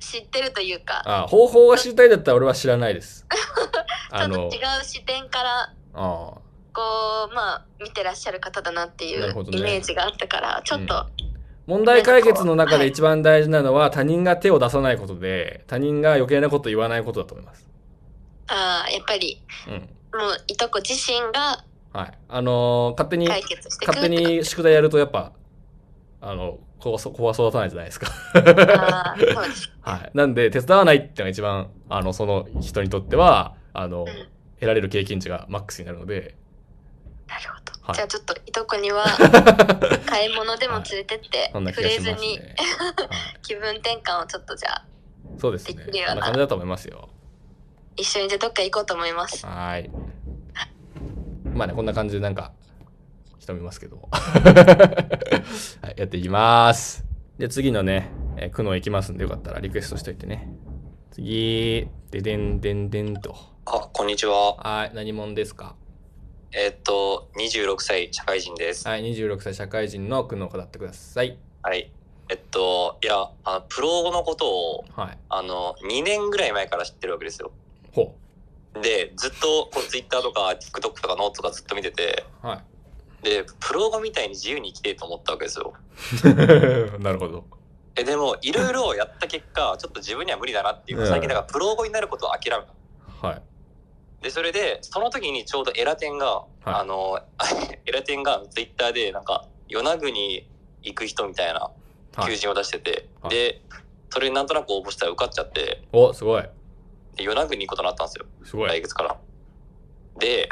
Speaker 6: 知ってるというか
Speaker 1: ああ方法が知りたいだったら俺は知らないです
Speaker 6: ちょ
Speaker 1: あ
Speaker 6: っと違
Speaker 1: の
Speaker 6: う視点から
Speaker 1: ああ
Speaker 6: こうまあ見てらっしゃる方だなってい
Speaker 1: なる
Speaker 6: う
Speaker 1: ほどね
Speaker 6: イメージがあったからちょっと、
Speaker 1: 問題解決の中で一番大事なのは他人が手を出さないことで他人が余計なこと言わないことだと思います
Speaker 6: あーやっぱり
Speaker 1: うん
Speaker 6: もういとこ自身が
Speaker 1: はいあのー勝手に
Speaker 6: 解決してく
Speaker 1: 勝手に宿題やるとやっぱあの子はそ子は育たないじゃないですか
Speaker 6: あーそうです
Speaker 1: はいなんで手伝わないっていうのが一番あのその人にとってはあの
Speaker 6: ん
Speaker 1: 得られる経験値がマックスになるので
Speaker 6: なるほど、
Speaker 1: はい
Speaker 6: じゃあちょっといとこには 買い物でも連れてって、
Speaker 1: そんな気
Speaker 6: 触
Speaker 1: が
Speaker 6: れ
Speaker 1: し
Speaker 6: ず
Speaker 1: ます
Speaker 6: に
Speaker 1: ね、
Speaker 6: 気分転換をちょっとじゃあ
Speaker 1: はいそうですね
Speaker 6: できるような
Speaker 1: こ
Speaker 6: ん
Speaker 1: な感じだと思いますよ
Speaker 6: 一緒にじゃあどっか行こうと思います
Speaker 1: はーい。まあね、こんな感じでなんか、人見ますけども。 はい、やっていきます。で、次のね、えー苦悩いきますんで、よかったらリクエストしといてね。次、ででんでんでんと。
Speaker 7: あ、こんにちは。
Speaker 1: はい、何者ですか
Speaker 7: えーっと、26歳社会人です。
Speaker 1: はい、26歳社会人の苦悩を語ってください。
Speaker 7: はい。えっと、いや、あのプロ語のことを、
Speaker 1: はい。
Speaker 7: あの、2年ぐらい前から知ってるわけですよ。
Speaker 1: ほ
Speaker 7: で、ずっと、こう、Twitter とか TikTok とかノートとかずっと見てて、
Speaker 1: う。は
Speaker 7: で、プロ語みたいに自由に生きてえと思ったわけですよ。
Speaker 1: い。 なるほど。
Speaker 7: え、でも、いろいろやった結果、ちょっと自分には無理だなっていう
Speaker 1: う
Speaker 7: か、
Speaker 1: ん
Speaker 7: 最近、だからプロ語になることを諦めた。
Speaker 1: はい。
Speaker 7: で、それで、その時にちょうどエラテンが、
Speaker 1: い
Speaker 7: あの、 エラテンが Twitter で、なんか、与那国行く人みたいな、
Speaker 1: は
Speaker 7: 求
Speaker 1: い、
Speaker 7: 人を出してて、
Speaker 1: はい
Speaker 7: でそれになんとなく応募したら受かっちゃって
Speaker 1: お、すごい。
Speaker 7: で与那国に行くことになったんですよ
Speaker 1: すご
Speaker 7: 来
Speaker 1: い。
Speaker 7: 月から。で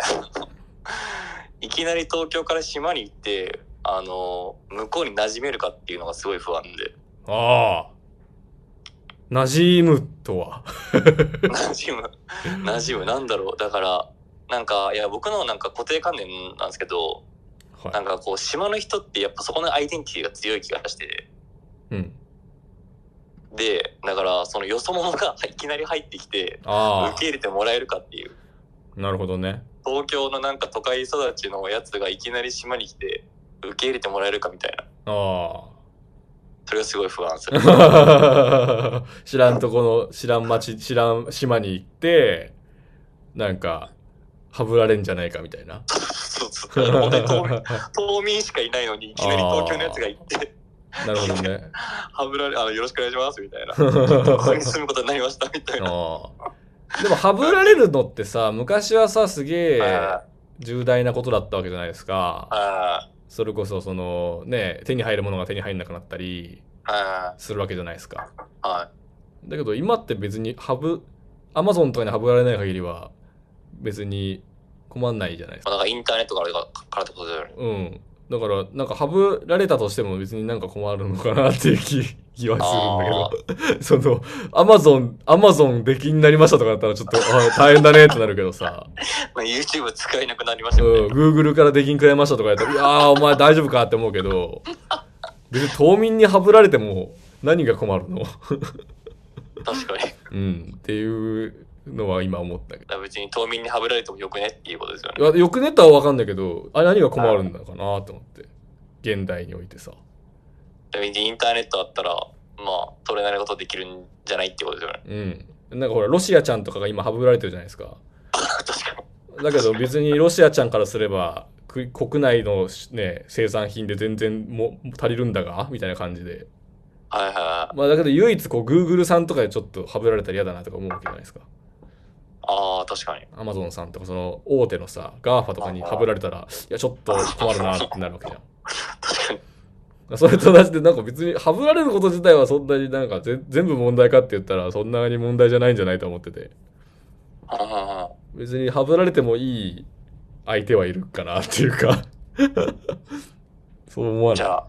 Speaker 7: いきなり東京から島に行ってあの向こうに馴染めるかっていうのがすごい不安で
Speaker 1: ああ。馴染むとは。
Speaker 7: 馴染む馴染むなんだろうだからなんかいや僕のなんか固定観念なんですけどな
Speaker 1: は
Speaker 7: んかこう島の人ってやっぱそこのアイデンティティが強い気がして
Speaker 1: い。うん。
Speaker 7: でだからそのよそ者が いきなり入ってきて
Speaker 1: あ
Speaker 7: 受け入れてもらえるかっていう
Speaker 1: あ。なるほどね。
Speaker 7: 東京のなんか都会育ちのやつがいきなり島に来て受け入れてもらえるかみたいな
Speaker 1: あ
Speaker 7: それがすごい不安でする
Speaker 1: あ。 知らんとこの、知らん町、知らん島に行って、なんか、はぶられんじゃないかみたいな。
Speaker 7: そうそう本当に島民
Speaker 1: な
Speaker 7: 島民しかいないのにいきなり東京のやつが行って
Speaker 1: るほどね。
Speaker 7: はぶられあのよろしくお願いしますみたい なここに
Speaker 1: あ
Speaker 7: 住むことになりま したみたいな
Speaker 1: あでも、はぶられるのってさ、昔はさ、すげえ
Speaker 7: あ
Speaker 1: 重大なことだったわけじゃないですか。
Speaker 7: あ
Speaker 1: それこそ、その、ね、手に入るものが手に入んなくなったり
Speaker 7: あ
Speaker 1: するわけじゃないですか。
Speaker 7: あは
Speaker 1: だけど今って別にハブ、アマゾンとかにハブられない限りは別に困んないじゃないです
Speaker 7: まあ
Speaker 1: か。
Speaker 7: なんかインターネットからからってことだよね。
Speaker 1: うん。だから、なんかハブられたとしても別になんか困るのかなっていう気気はするんだけど、 その、アマゾン、アマゾン出禁になりましたとかだったらちょっと、あ大変だねってなるけどさ。
Speaker 7: まあ、YouTube 使えなくなりましたよね。
Speaker 1: うん、Google から出禁食らいましたとかやったら、いやー、お前大丈夫かって思うけど、別に島民にハブられても何が困るの
Speaker 7: 確かに。だか
Speaker 1: うん、っていうのは今思ったけ
Speaker 7: ら別に島民にはぶられてもよくねっていうことですよね。
Speaker 1: ど。いやよくねとは分かんないけど、あれ何が困るんだかなと思って。現代においてさ。
Speaker 7: だからインターネットあったら、まあ、取れないことできるんじゃないってことですよね。
Speaker 1: うん。なんかほら、ロシアちゃんとかが今ハブられてるじゃないですか。
Speaker 7: 確かに。
Speaker 1: だけど別にロシアちゃんからすれば、く国内の、ね、生産品で全然も足りるんだがみたいな感じで
Speaker 7: はいはいはい。
Speaker 1: まあだけど唯一こう Google さんとかでちょっとはぶられたら嫌だなとか思うわけじゃないですか。
Speaker 7: ああ、確かに。
Speaker 1: Amazon さんとかその大手のさ、GAFA とかにはぶられたら、いやちょっと困るなってなるわけじゃ
Speaker 7: 確かに。
Speaker 1: ん。それと同じでなんか別にはぶられること自体はそんなになんかぜ全部問題かって言ったらそんなに問題じゃないんじゃないと思ってて、
Speaker 7: うんうんうん。
Speaker 1: 別にはぶられてもいい相手はいるかなっていうか、 そう思わ
Speaker 7: じ
Speaker 1: ない。
Speaker 7: ゃあ、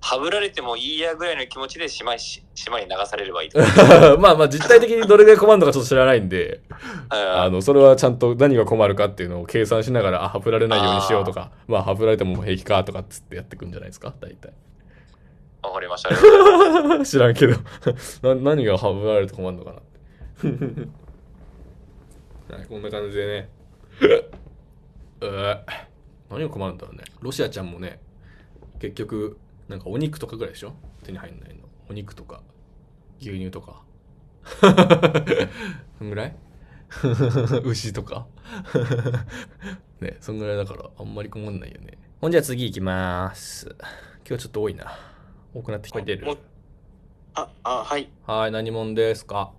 Speaker 7: はぶられてもいいやぐらいの気持ちで島にし島に流されればいいってこと。
Speaker 1: まあまあ実態的にどれぐらい困るのかちょっと知らないんで、
Speaker 7: はいはい
Speaker 1: あの、それはちゃんと何が困るかっていうのを計算しながら、あ、ハブられないようにしようとか、まあ、ハブられても平気かとかっつってやってくんじゃないですか、大体。
Speaker 7: わかりました。ありがとうございます
Speaker 1: 知らんけどな、何がハブられると困るのかなって。 はい、こんな感じで ね。えー何が困るんだろうね。ロシアちゃんもね、結局、なんかお肉とかぐらいでしょ手に入んないの。お肉とか、牛乳とか。 そんぐらい 牛とか ねそんぐらいだからあんまり困んないよねほんじゃ次行きます今日ちょっと多いな多くなってきてる
Speaker 8: もうあ、あ、はい。
Speaker 1: はい何者ですか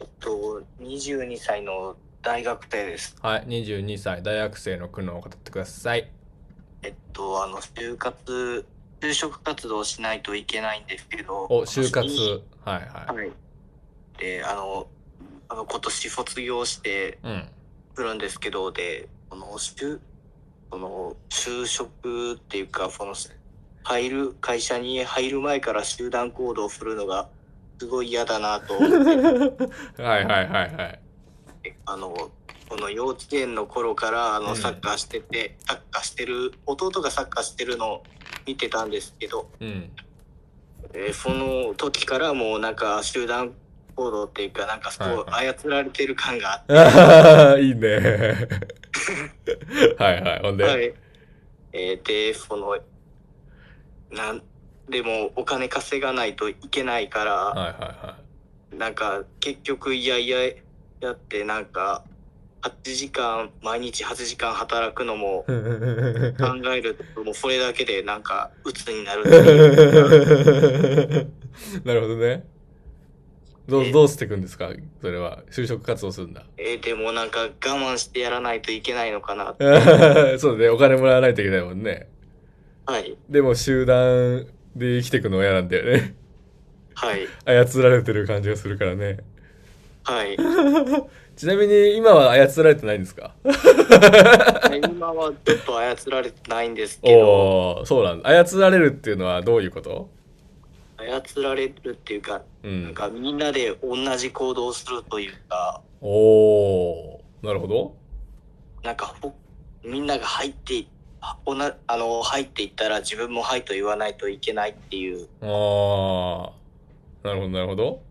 Speaker 8: えっと、22歳の大学生です。
Speaker 1: はい22歳大学生の苦悩を語ってください
Speaker 8: えっと、あの、就活、就職活動をしないといけないんですけど。
Speaker 1: お就活
Speaker 8: 私
Speaker 1: はいは
Speaker 8: はい。で、あの、あの、今年卒業して
Speaker 1: いうん
Speaker 8: くるんですけど、で、この、就、この、就職っていうか、この、入る、会社に入る前から集団行動をするのが、すごい嫌だなと思って。
Speaker 1: はいはいはいはい
Speaker 8: あのこの幼稚園の頃からあ
Speaker 1: うん
Speaker 8: のサッカーしてて、サッカーしてる弟がサッカーしてるのを見てたんですけど、
Speaker 1: うん
Speaker 8: えーその時からもうなんか集団行動っていうかなんかそ
Speaker 1: は
Speaker 8: う操られてる感があっ
Speaker 1: あは ははいいね はいはいほん
Speaker 8: て、
Speaker 1: で、
Speaker 8: はいえーでそのなんでもお金稼がないといけないから、
Speaker 1: はいはいはい
Speaker 8: なんか結局いやいややってなんか8時間毎日8時間働くのも考 えるともうそれだけでなんか鬱になる
Speaker 1: なるほどね。どう、
Speaker 8: え
Speaker 1: どうしていくんですかそれは。就職活動するんだ。
Speaker 8: えーでもなんか我慢してやらないといけないのか な
Speaker 1: そうだね。お金もらわないといけないもんね。
Speaker 8: はい
Speaker 1: でも集団で生きていくの嫌なんだよね。
Speaker 8: はい
Speaker 1: 操られてる感じがするからね。
Speaker 8: はい
Speaker 1: ちなみに今は操られてないんですか
Speaker 8: 今はちょっと操られてないんです けど
Speaker 1: おおそうなんだ。操られるっていうのはどういうこと
Speaker 8: 操られるっていうか
Speaker 1: う
Speaker 8: なん
Speaker 1: ん。
Speaker 8: かみんなで同じ行動をするというか
Speaker 1: おおなるほど。
Speaker 8: なんかほみんなが入っていおなあの入っていったら自分も「はい」と言わないといけないっていう、
Speaker 1: ああなるほど、なるほど。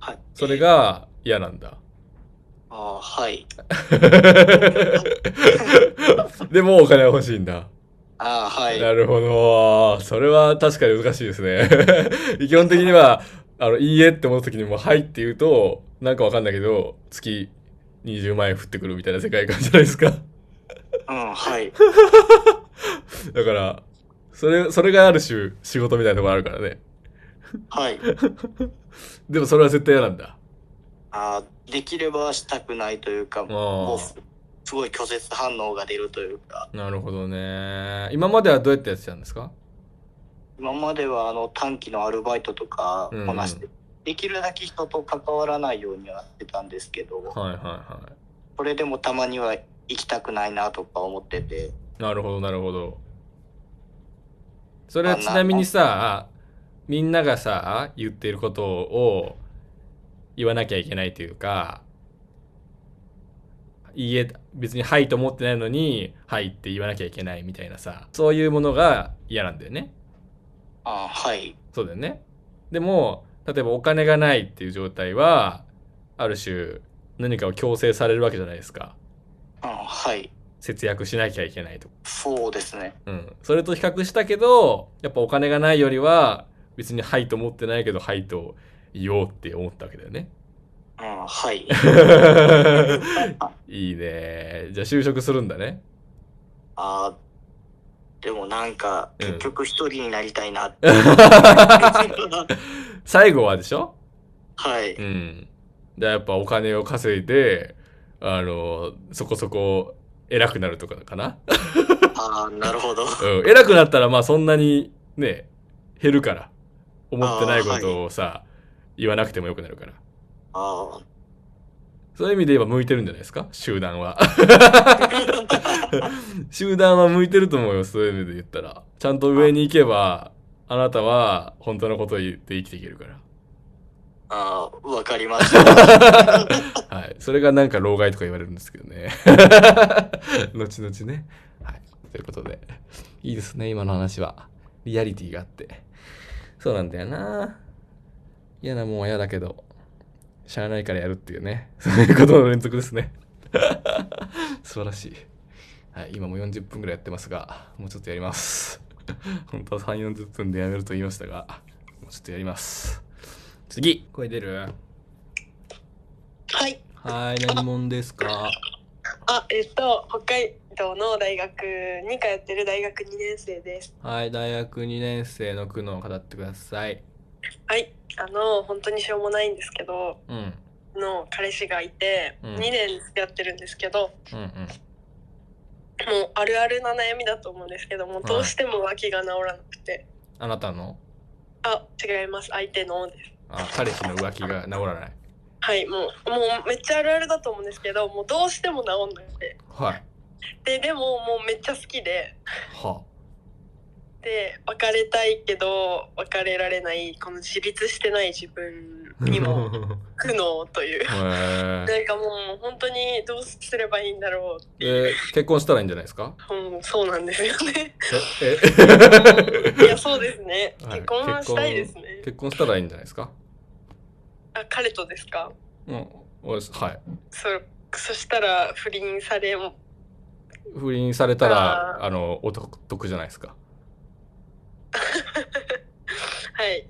Speaker 8: はい、
Speaker 1: それが嫌なんだ。
Speaker 8: あーはい
Speaker 1: でもお金は欲しいんだ。
Speaker 8: ああはい
Speaker 1: なるほど。それは確かに難しいですね。 基本的には、あの、いいえって思った時にも、はいって言うと、なんかわかんないけど、月20万円降ってくるみたいな世界観じゃないですか。
Speaker 8: うんはい
Speaker 1: だから、それ、それがある種仕事みたいなところあるからね。
Speaker 8: はい
Speaker 1: でもそれは絶対嫌なんだ。
Speaker 8: あーできればしたくないというかもうすすごい拒絶反応が出るというか
Speaker 1: なるほどね。今まではどうやってやってたんですか
Speaker 8: 今まではあの短期のアルバイトとか
Speaker 1: うんうん
Speaker 8: こなして、
Speaker 4: できるだけ人と関わらないようにはしてたんですけど、
Speaker 1: はいはいは
Speaker 4: これでもたまには行きたくないなとか思ってて、
Speaker 1: い。なるほどなるほど。それはちなみにさ、みんながさ、言ってることを言わなきゃいけないというか、いいえ、別にはいと思ってないのに、はいって言わなきゃいけないみたいなさ、そういうものが嫌なんだよね。
Speaker 4: あはい、
Speaker 1: そうだよね。でも、例えばお金がないっていう状態は、ある種何かを強制されるわけじゃないですか。
Speaker 4: あはい、
Speaker 1: 節約しなきゃいけないとか。
Speaker 4: そうですね。
Speaker 1: うん。それと比較したけど、やっぱお金がないよりは、別にはいと思ってないけど、はいと言おうって思ったわけだよね。
Speaker 4: あはい、
Speaker 1: いいね。じゃあ就職するんだね。
Speaker 4: あでもなんか、
Speaker 1: うん
Speaker 4: 結局一人になりたいなって。
Speaker 1: 最後はでしょ
Speaker 4: はい、
Speaker 1: うん。じゃあやっぱお金を稼いで、あの、そこそこ偉くなるとかかな。
Speaker 4: ああ、なるほど。
Speaker 1: うん、偉くなったらまあそんなにね減るから思ってないことをさ、言わなくてもよくなるから
Speaker 4: あ
Speaker 1: そういう意味で言えば向いてるんじゃないですか集団は集団は向いてると思うよそういう意味で言ったらちゃんと上に行けばあなたは本当のことを言って生きていけるか
Speaker 4: あー、わかりました。
Speaker 1: らはいそれがなんか老害とか言われるんですけどね 後々ねはいということでいいですね今の話はリアリティがあってそうなんだよな嫌なもんは嫌だけどしゃあないからやるっていうねそういうことの連続ですね 素晴らしい、はい、今も40分ぐらいやってますがもうちょっとやります 本当は3 4 0分でやめると言いましたがもうちょっとやります次声出る
Speaker 9: はい。
Speaker 1: はい何者ですか
Speaker 9: あ、えっと、北海道の大学に通ってる大学2年生です。
Speaker 1: はい大学2年生の苦悩を語ってください
Speaker 9: はい。あの、本当にしょうもないんですけど、
Speaker 1: うんうん
Speaker 9: の彼氏がいて、
Speaker 1: うん
Speaker 9: 2年付き合ってるんですけど、
Speaker 1: うん
Speaker 9: もうあるあるな悩みだと思うんですけども、どうしても脇が治らなくて。
Speaker 1: あなたの
Speaker 9: あ、違います。相手のです。
Speaker 1: あ彼氏の浮気が治らない
Speaker 9: はい、もう、もうめっちゃあるあるだと思うんですけど、もうどうしても治んなくて。
Speaker 1: はい
Speaker 9: で、でももうめっちゃ好きで、
Speaker 1: は
Speaker 9: で別れたいけど別れられないこの自立してない自分
Speaker 1: あ
Speaker 9: にも苦悩という
Speaker 1: へえ
Speaker 9: なんかもう本当にどうすればいいんだろうっていう、
Speaker 1: えー結婚したらいいんじゃないですか
Speaker 9: うん、そうなんですよね
Speaker 1: え
Speaker 9: うんいや
Speaker 1: え
Speaker 9: そうですね、
Speaker 1: はい
Speaker 9: 結婚はしたいですね
Speaker 1: 結婚したらいいんじゃないですか
Speaker 9: あ彼とですか
Speaker 1: うんおやすはい
Speaker 9: そそしたら不倫されも
Speaker 1: 不倫されたら
Speaker 9: あ
Speaker 1: あのお得じゃないですか
Speaker 9: はい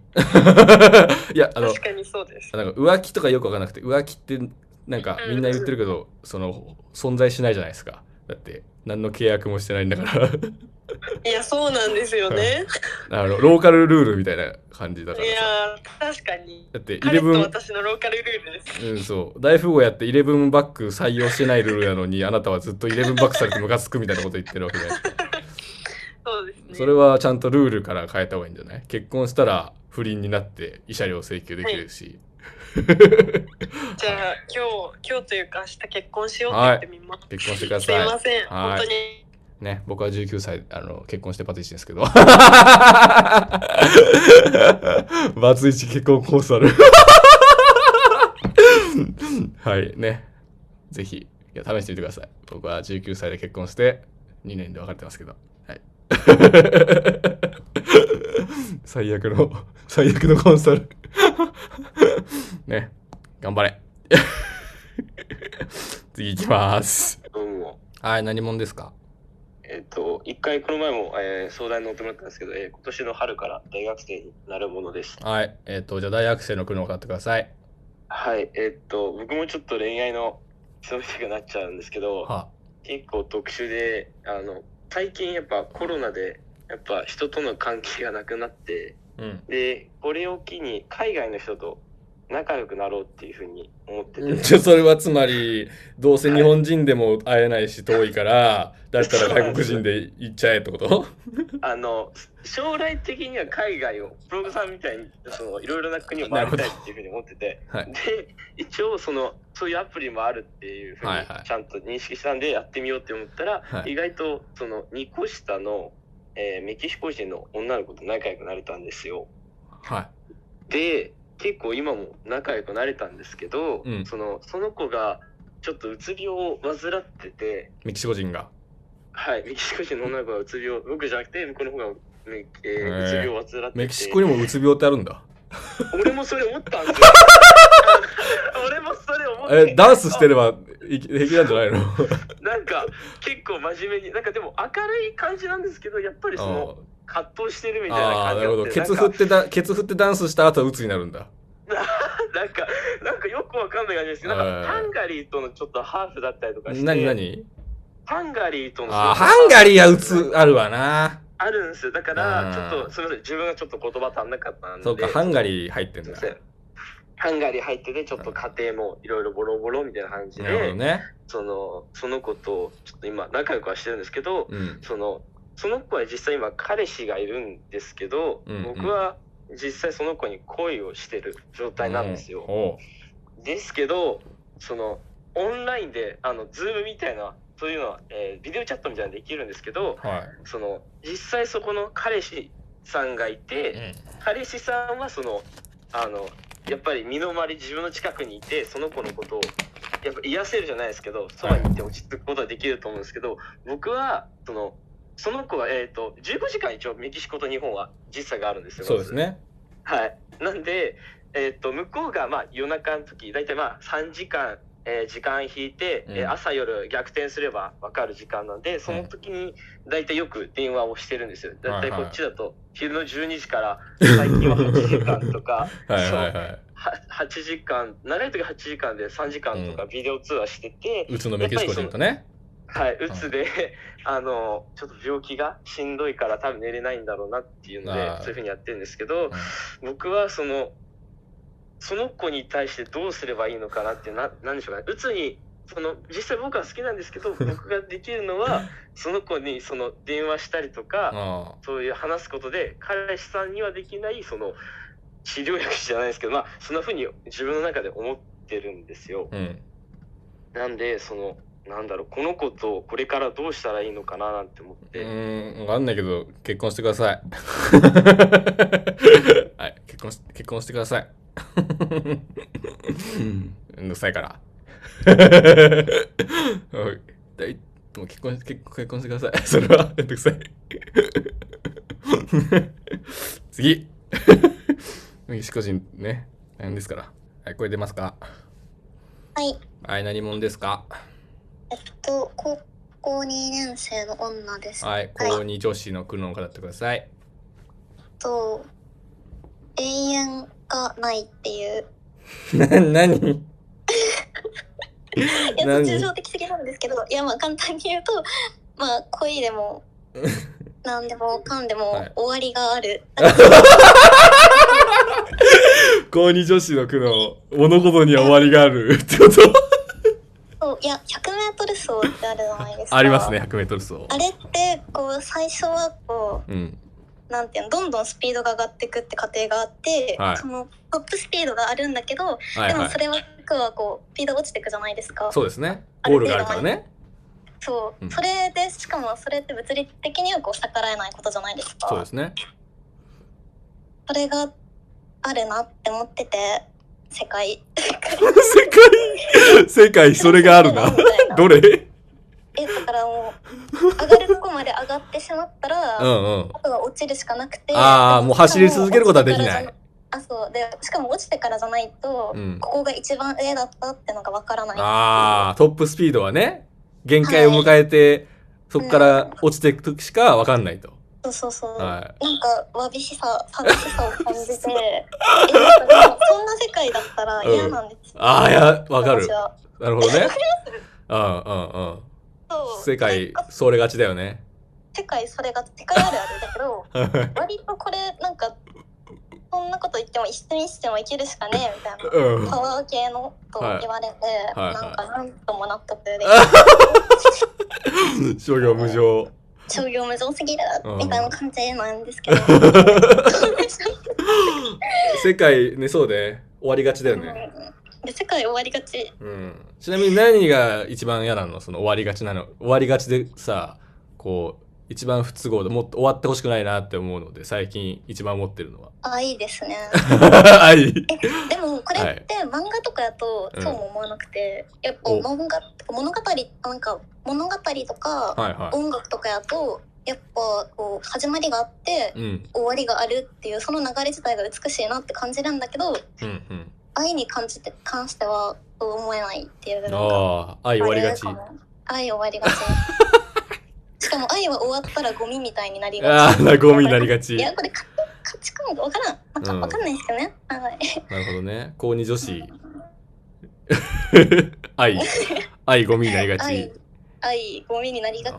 Speaker 1: いやあの
Speaker 9: 確かにそうです
Speaker 1: なんか浮気とかよくわかんなくて浮気ってなんか
Speaker 9: うん
Speaker 1: みんな言ってるけど、その存在しないじゃないですかだって何の契約もしてないんだから
Speaker 9: いやそうなんですよね
Speaker 1: あのローカルルールみたいな感じだか
Speaker 9: い
Speaker 1: らさ
Speaker 9: や確かに
Speaker 1: だってイ
Speaker 9: 彼
Speaker 1: レ
Speaker 9: と
Speaker 1: ブン
Speaker 9: 私のローカルルールです
Speaker 1: うん、そう。大富豪やってイレブンバック採用してないルールなのに、あなたはずっとイレブンバックされてムカつくみたいなこと言ってるわけじゃないですか。
Speaker 9: そうですね
Speaker 1: それはちゃんとルールから変えた方がいいんじゃない結婚したら不倫になって慰謝料請求できる し。
Speaker 9: じゃあ今日今日というか明日結婚しようって
Speaker 1: は
Speaker 9: 言
Speaker 1: い
Speaker 9: ってみます。
Speaker 1: 結婚してくだ
Speaker 9: すい
Speaker 1: さ
Speaker 9: ません、
Speaker 1: は
Speaker 9: 本
Speaker 1: い
Speaker 9: 当に
Speaker 1: い。ね、僕は19歳、あの、結婚してバツイチですけど。バツイチ結婚コンサル。はい、ね。ぜひ、いや、試してみてください。僕は19歳で結婚して、2年で別れてますけど。はい。 最悪の、最悪のコンサル。ね。頑張れ。 次行きます。
Speaker 10: どうも。
Speaker 1: はい、何者ですか
Speaker 10: えっ、と、一回この前も、えー相談に乗ってもらったんですけど、えー今年の春から大学生になるものです。
Speaker 1: はい、えっ、と、じゃあ大学生の苦悩を買ってください。
Speaker 10: はい、えっ、と、僕もちょっと恋愛のそういうになっちゃうんですけど、
Speaker 1: は
Speaker 10: 結構特殊で、あの、最近やっぱコロナで、やっぱ人との関係がなくなって、
Speaker 1: うん。
Speaker 10: で、これを機に海外の人と仲良くなろうっていうふうに思ってて。
Speaker 1: ちょ それはつまりどうせ日本人でも会えないし遠いからだったら外国人で行っちゃえってこと
Speaker 10: あの将来的には海外をプログさんみたいにそのいろいろな国を回りたいっていうふうに思ってて、
Speaker 1: なるほ
Speaker 10: で一応そのそういうアプリもあるっていうふうに
Speaker 1: はいはい
Speaker 10: ちゃんと認識したんでやってみようって思ったら、
Speaker 1: はい
Speaker 10: 意外とその2個下の、えーメキシコ人の女の子と仲良くなれたんですよ。
Speaker 1: は
Speaker 10: で結構今も仲良くなれたんですけど、
Speaker 1: うん
Speaker 10: そのその子がちょっとうつ病を患ってて。
Speaker 1: いメキシコ人が
Speaker 10: はい、メキシコ人の女の子がうつ病、僕じゃなくて、向こうの方が、ねえ
Speaker 1: へ
Speaker 10: ー、う
Speaker 1: ー
Speaker 10: つ病を患ってて。
Speaker 1: メキシコにもうつ病ってあるんだ
Speaker 10: 俺もそれ思ったん ですよ。あの俺もそれ思って。
Speaker 1: えダンスしてればい平気なんじゃないの
Speaker 10: なんか、結構真面目に、なんかでも明るい感じなんですけど、やっぱりその、葛藤してるみたいな
Speaker 1: あ
Speaker 10: 感
Speaker 1: あーな
Speaker 10: じ
Speaker 1: るほど
Speaker 10: で
Speaker 1: ケツ振ってだケツ振ってダンスした後はうつになるんだ
Speaker 10: なんか、なんかよくわかんない感じですけど、なんか、ハンガリーとのちょっとハーフだったりとかして。
Speaker 1: 何何
Speaker 10: ハンガリーとの。
Speaker 1: あーハンガリーはうつあるわな
Speaker 10: あるんですよ。だか
Speaker 1: う
Speaker 10: ら、
Speaker 1: ん
Speaker 10: ちょっと、すみません、自分がちょっと言葉足んなかったんで。
Speaker 1: そうかハンガリー入ってん
Speaker 10: すい
Speaker 1: だ
Speaker 10: ませんハンガリー入っててちょっと家庭もいろいろボロボロみたいな感じ
Speaker 1: なるほ
Speaker 10: で、
Speaker 1: どね
Speaker 10: そのその子とちょっと今仲良くはしてるんですけど
Speaker 1: うん
Speaker 10: そのその子は実際今彼氏がいるんですけど、
Speaker 1: うんうん
Speaker 10: 僕は実際その子に恋をしてる状態なんです
Speaker 1: うん
Speaker 10: よ。
Speaker 1: ほ
Speaker 10: ですけどそのオンラインであのズームみたいなそういうのは、えービデオチャットみたいなのできるんですけど
Speaker 1: うはい
Speaker 10: その実際そこの彼氏さんがいて、彼氏さんはそのあのやっぱり身の回り自分の近くにいてその子のことをやっぱ癒せるじゃないですけどそばにいて落ち着くことはできると思うんですけど、僕はそのその子は、えー、と15時間一応メキシコと日本は時差があるんですよ。
Speaker 1: そうですね
Speaker 10: はい、なんで、えー、と向こうがまあ夜中の時大体まあ3時間、えー時間引いて、えー
Speaker 1: うん
Speaker 10: 朝夜逆転すれば分かる時間なんでその時に大体よく電話をしてるんですよ。大体こっちだと昼の12時から最近は8時間とか
Speaker 1: はいはいはい
Speaker 10: は8時間長い時8時間で3時間とかビデオ通話してて、
Speaker 1: うつのメキシコ人とね
Speaker 10: はい、うつで、 あの、ちょっと病気がしんどいから多分寝れないんだろうなっていうので
Speaker 1: あ、ー
Speaker 10: そういうふうにやってるんですけど、僕はその、その子に対してどうすればいいのかなってな、なんでしょうかね。うつに、その、実際僕は好きなんですけ ど、僕ができるのは、その子にその電話したりとか、
Speaker 1: あ
Speaker 10: そういう話すことで彼氏さんにはできないその治療薬じゃないですけどまあそんな風に自分の中で思ってるんですよ
Speaker 1: あうん
Speaker 10: なんでそのなんだろうこの子とこれからどうしたらいいのかななんて思っ
Speaker 1: う
Speaker 10: て、
Speaker 1: ーん、わかんないけど、結婚してください。 はい、結婚し、結婚してください。めんどくさいから。はいだいもう結婚し、結婚、結婚してください。それは、めんどくさい。次。メキシコ人ね、何ですから。はい、これ出ますか
Speaker 11: はい。
Speaker 1: はい、何者ですか
Speaker 11: えっと、高校2年生の女です。
Speaker 1: はい、高二女子の苦悩を語ってください。
Speaker 11: えっと、永遠がないっていう。
Speaker 1: な、 何
Speaker 11: いや、
Speaker 1: 何
Speaker 11: 抽象的すぎなんですけど、いや、まあ簡単に言うと、まあ恋で も、何でもかんでも
Speaker 1: はい
Speaker 11: 終わりがあ る。
Speaker 1: 高二女子の苦悩物事には終わりがあるってこと
Speaker 11: そういや、100メートル走ってあるじゃないですか。
Speaker 1: ありますね。100m 走
Speaker 11: あれって、こう、最初はこ
Speaker 1: うん
Speaker 11: う、なんていうの、どんどんスピードが上がってくって過程があって、
Speaker 1: はい
Speaker 11: そのトップスピードがあるんだけど、
Speaker 1: はい
Speaker 11: で
Speaker 1: は
Speaker 11: も
Speaker 1: い
Speaker 11: それは、はこう、スピード落ちてくじゃないですか。
Speaker 1: そうですねゴールがあるからね
Speaker 11: そう、
Speaker 1: うん
Speaker 11: それでしかもそれって物理的にはこう逆らえないことじゃないですか
Speaker 1: そうですね
Speaker 11: それがあるなって思ってて世界
Speaker 1: 世界世界それがあるなどれ
Speaker 11: えだからもう上がるとこまで上がってしまったら、
Speaker 1: う
Speaker 11: あ
Speaker 1: んうん
Speaker 11: とは落ちるしかなくて
Speaker 1: ああもう走り続けることはでき
Speaker 11: しか
Speaker 1: な
Speaker 11: も落ちてからじ
Speaker 1: い
Speaker 11: ゃあそうでしかも落ちてからじゃないと、
Speaker 1: うん
Speaker 11: ここが一番上だったってのがわからない
Speaker 1: ああトップスピードはね限界を迎えてそこから落ちていく時しか分かんないと
Speaker 11: そうそうそう、
Speaker 1: は
Speaker 11: なんかわびしさ寂しさを感じ てえなんかでもそんな世界だったら嫌なんですよ、
Speaker 1: ああいや分かる
Speaker 11: 私は
Speaker 1: なるほど ねうんうんうん
Speaker 11: そう
Speaker 1: 世界それ勝ちだよね
Speaker 11: 世界それが世界あるあるだけど割とこれなんかそんんなこと言っても一緒にしてもいけるしかねえみたいな、
Speaker 1: うん
Speaker 11: パワー系のことを言われて、
Speaker 1: はいはい
Speaker 11: なんかなんとも納得できない
Speaker 1: 諸行無常。
Speaker 11: 商業無常すぎる
Speaker 1: うん
Speaker 11: みたいな感じなんですけど
Speaker 1: 世界ね、そうね。終わりがちだよね。
Speaker 11: で世界終わりがち
Speaker 1: うん。ちなみに何が一番嫌なのその終わりがちなの。終わりがちでさ、こう、一番不都合でもっと終わってほしくないなって思うので、最近一番思ってるのは。
Speaker 11: あいいです ね
Speaker 1: 愛。
Speaker 11: でもこれ
Speaker 1: はい
Speaker 11: って漫画とかやとそうも思わなくて、やっぱ
Speaker 1: お
Speaker 11: 漫画とか物語なんか物語と
Speaker 1: はい
Speaker 11: か
Speaker 1: はい
Speaker 11: 音楽とかやとやっぱこう始まりがあって
Speaker 1: うん。
Speaker 11: 終わりがあるっていうその流れ自体が美しいなって感じるんだけど
Speaker 1: うんうん。
Speaker 11: 愛に感じて関してはそう思えないっていうなんか
Speaker 1: ああ、愛終わりがち。
Speaker 11: 愛終わりが ちしかも愛は終わったらゴミみたいになりが
Speaker 1: あ
Speaker 11: ち
Speaker 1: あ、ゴミになりがち。
Speaker 11: いや
Speaker 1: な
Speaker 11: これ価価値観が分からんなんか
Speaker 1: うん
Speaker 11: 分かんないですけどね、はい
Speaker 1: るほどね。高二女子。 愛。愛ゴミになりがち
Speaker 11: 愛。愛ゴミになりがち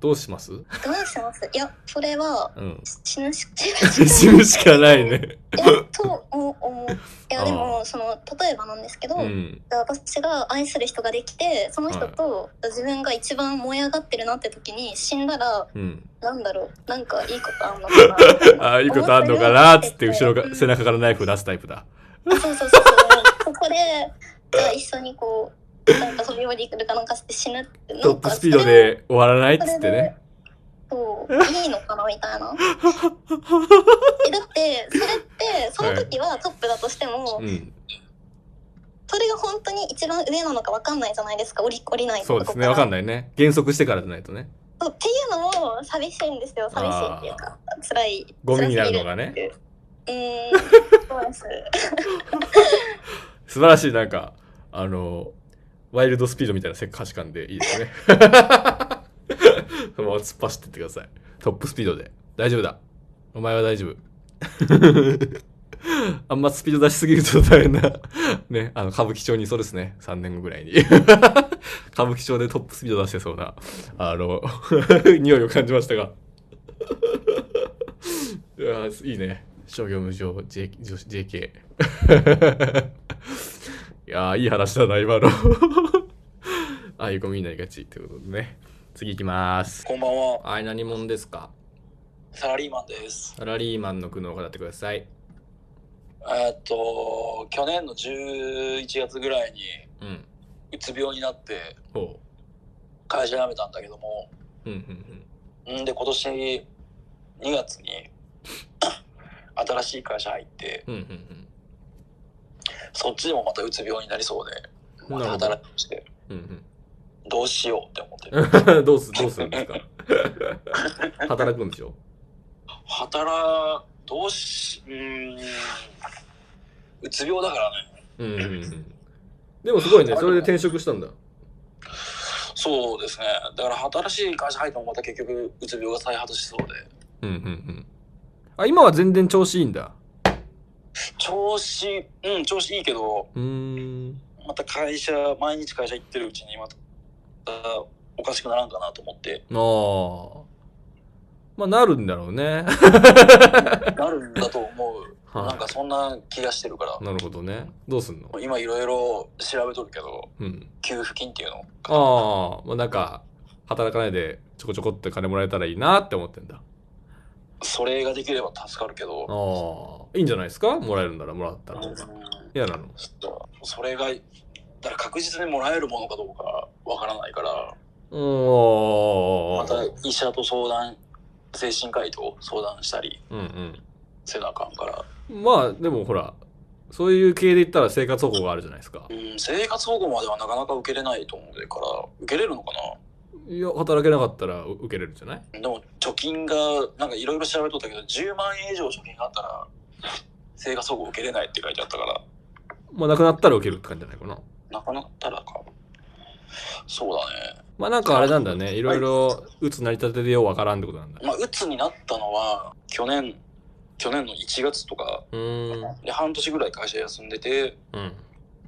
Speaker 1: どうします
Speaker 11: どうしますいやそれは
Speaker 1: うん。
Speaker 11: 死ぬし
Speaker 1: 死ぬしかない ね。
Speaker 11: と思ういやでもその例えばなんですけど、
Speaker 1: うん。
Speaker 11: 私が愛する人ができてその人と自分が一番燃え上がってるなって時に死んだら
Speaker 1: うん。
Speaker 11: なんだろうなんかいいことあんのかな
Speaker 1: ああ、いいことあんのかなーっつって、後ろが、背中からナイフ出すタイプだ。
Speaker 11: あそうそうそうそうここでじゃあ一緒にこうなんか飛び降りるかなんかして死ぬってな
Speaker 1: トッ
Speaker 11: んか
Speaker 1: プスピードで終わらないっつってね。
Speaker 11: そういいのかなみたい なえだってそれってその時はトップだとしても、
Speaker 1: うん。
Speaker 11: それが本当に一番上なのか分かんないじゃないですか降り降りない
Speaker 1: そうですね。わかん
Speaker 11: ない
Speaker 1: ないね。減速してからじゃないとね。
Speaker 11: そうっていうのも寂しいんですよ寂しいっていうか辛い
Speaker 1: ゴミになるのがね。
Speaker 11: うーんそうです
Speaker 1: 素晴らしい、なんか、あの、ワイルドスピードみたいなせ価値観でいいですね。 そのまま突っ走ってってください。トップスピードで。大丈夫だ。お前は大丈夫。 あんまスピード出しすぎると大変な。ね、あの、歌舞伎町にいそうですね。3年後ぐらいに。 歌舞伎町でトップスピード出してそうな、あの、 匂いを感じましたが。 いやーいいね。商業無常 J- 女子 JK。い やーいい話だな、今の。 ああいうゴミになりがちってことでね。次行きます。
Speaker 12: こんばんは。
Speaker 1: はい、何者ですか
Speaker 12: サラリーマンです。
Speaker 1: サラリーマンの苦悩を語ってください。
Speaker 12: えーっと、去年の11月ぐらいに、
Speaker 1: うん。
Speaker 12: うつ病になって、
Speaker 1: ほ
Speaker 12: 会社辞めたんだけども、
Speaker 1: う。うんうん
Speaker 12: んで、今年2月 に、新しい会社入って、
Speaker 1: うん。うんうん
Speaker 12: そっちでもまたうつ病になりそうで、
Speaker 1: うん。
Speaker 12: ま
Speaker 1: な
Speaker 12: た
Speaker 1: るほど。
Speaker 12: 働きして、
Speaker 1: うん
Speaker 12: どうしようって思ってる。
Speaker 1: うん。 どうす、どうするんですか働くんでしょ
Speaker 12: 働、どうし、うーん、うつ病だからね。
Speaker 1: うんうんうん。でもすごいね。それで転職したんだ。
Speaker 12: そうですね。だから新しい会社入ってもまた結局うつ病が再発しそうで。
Speaker 1: うんうんうん。あ、今は全然調子いいんだ。
Speaker 12: 調子、うん、調子いいけど、
Speaker 1: うーん。
Speaker 12: また会社、毎日会社行ってるうちにまたおかしくならんかなと思って、
Speaker 1: ああ。まあ、なるんだろ うね。
Speaker 12: なるんだと思う。
Speaker 1: はい
Speaker 12: なんかそんな気がしてるから。
Speaker 1: なるほどね。どうすんの
Speaker 12: 今いろいろ調べとるけど、
Speaker 1: うん。
Speaker 12: 給付金っていうの。
Speaker 1: ああ、まあなんか、働かないでちょこちょこって金もらえたらいいなって思ってんだ。
Speaker 12: それができれば助かるけ
Speaker 1: あ
Speaker 12: ど、
Speaker 1: あ、いいんじゃないですかもらえるんならもらったら。嫌なの。
Speaker 12: それが、だから確実にもらえるものかどうかわからないから、ま
Speaker 1: おお。
Speaker 12: た医者と相談、精神科医と相談したり
Speaker 1: うんうん。
Speaker 12: せなあかんから。
Speaker 1: まあ、でもほら、そういう系で言ったら生活保護があるじゃないですか。
Speaker 12: うん、生活保護まではなかなか受けれないと思うから、受けれるのか
Speaker 1: いや、働けなかったら受けれるんじゃない
Speaker 12: なでも、貯金が、なんかいろいろ調べとったけど、10万円以上貯金があったら、生活保護受けれないって書いてあったから、
Speaker 1: まあ、なくなったら受けるって感じじゃないかな。
Speaker 12: なかなかたらか。そうだね。
Speaker 1: まあ、なんかあれなんだね。いろいろ、うつなりたてでようわからんってことなんだ。
Speaker 12: まあ、鬱になったのは、去年、去年の1月とか、
Speaker 1: うーん。
Speaker 12: で、半年ぐらい会社休んでて、
Speaker 1: うん。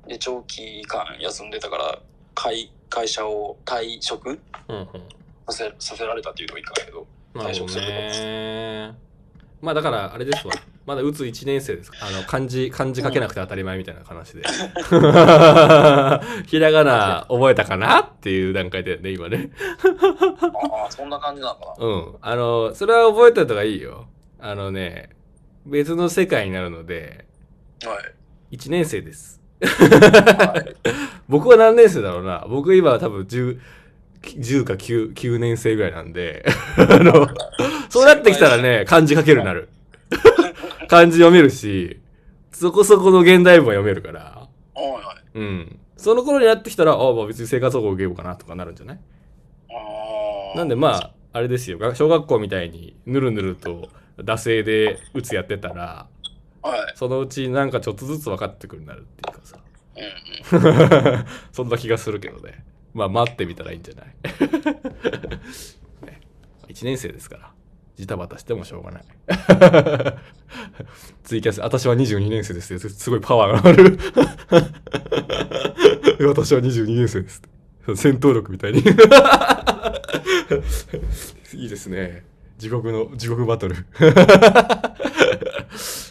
Speaker 12: で、長期間休んでたから、会、会社を退職
Speaker 1: うんうん。
Speaker 12: させ、させられたっていうといいかんけど、
Speaker 1: なる
Speaker 12: 退
Speaker 1: ほ
Speaker 12: 職す
Speaker 1: ど
Speaker 12: ること
Speaker 1: ね。まあだから、あれですわ。まだ打つ1年生ですあの漢字漢字書けなくて当たり前みたいな話で ひらがな覚えたかなっていう段階でね今ね
Speaker 12: ああ、そんな感じなのかな。
Speaker 1: うんあのそれは覚えたとがいいよあのね別の世界になるので1年生です。 僕は何年生だろうな。僕今多分 10, 10か 9, 9年生ぐらいなんで、 あの、そうなってきたらね、漢字書けるように なる。漢字読めるし、そこそこの現代文は読めるから。うん。その頃になってきたら、ああ、まあ別に生活保護受けようかなとかなるんじゃないなんでまあ、あれですよ。が小学校みたいに、ぬるぬると、惰性で打つやってたら、そのうちなんかちょっとずつ分かってくるようになるっていうかさ。 そんな気がするけどね。まあ待ってみたらいいんじゃない ね ?1 年生ですから。ジタバタしてもしょうがない。ツイキャス、私は22年生ですってすごいパワーがある。私は22年生ですって。戦闘力みたいに。 いいですね。地獄の、地獄バトル。い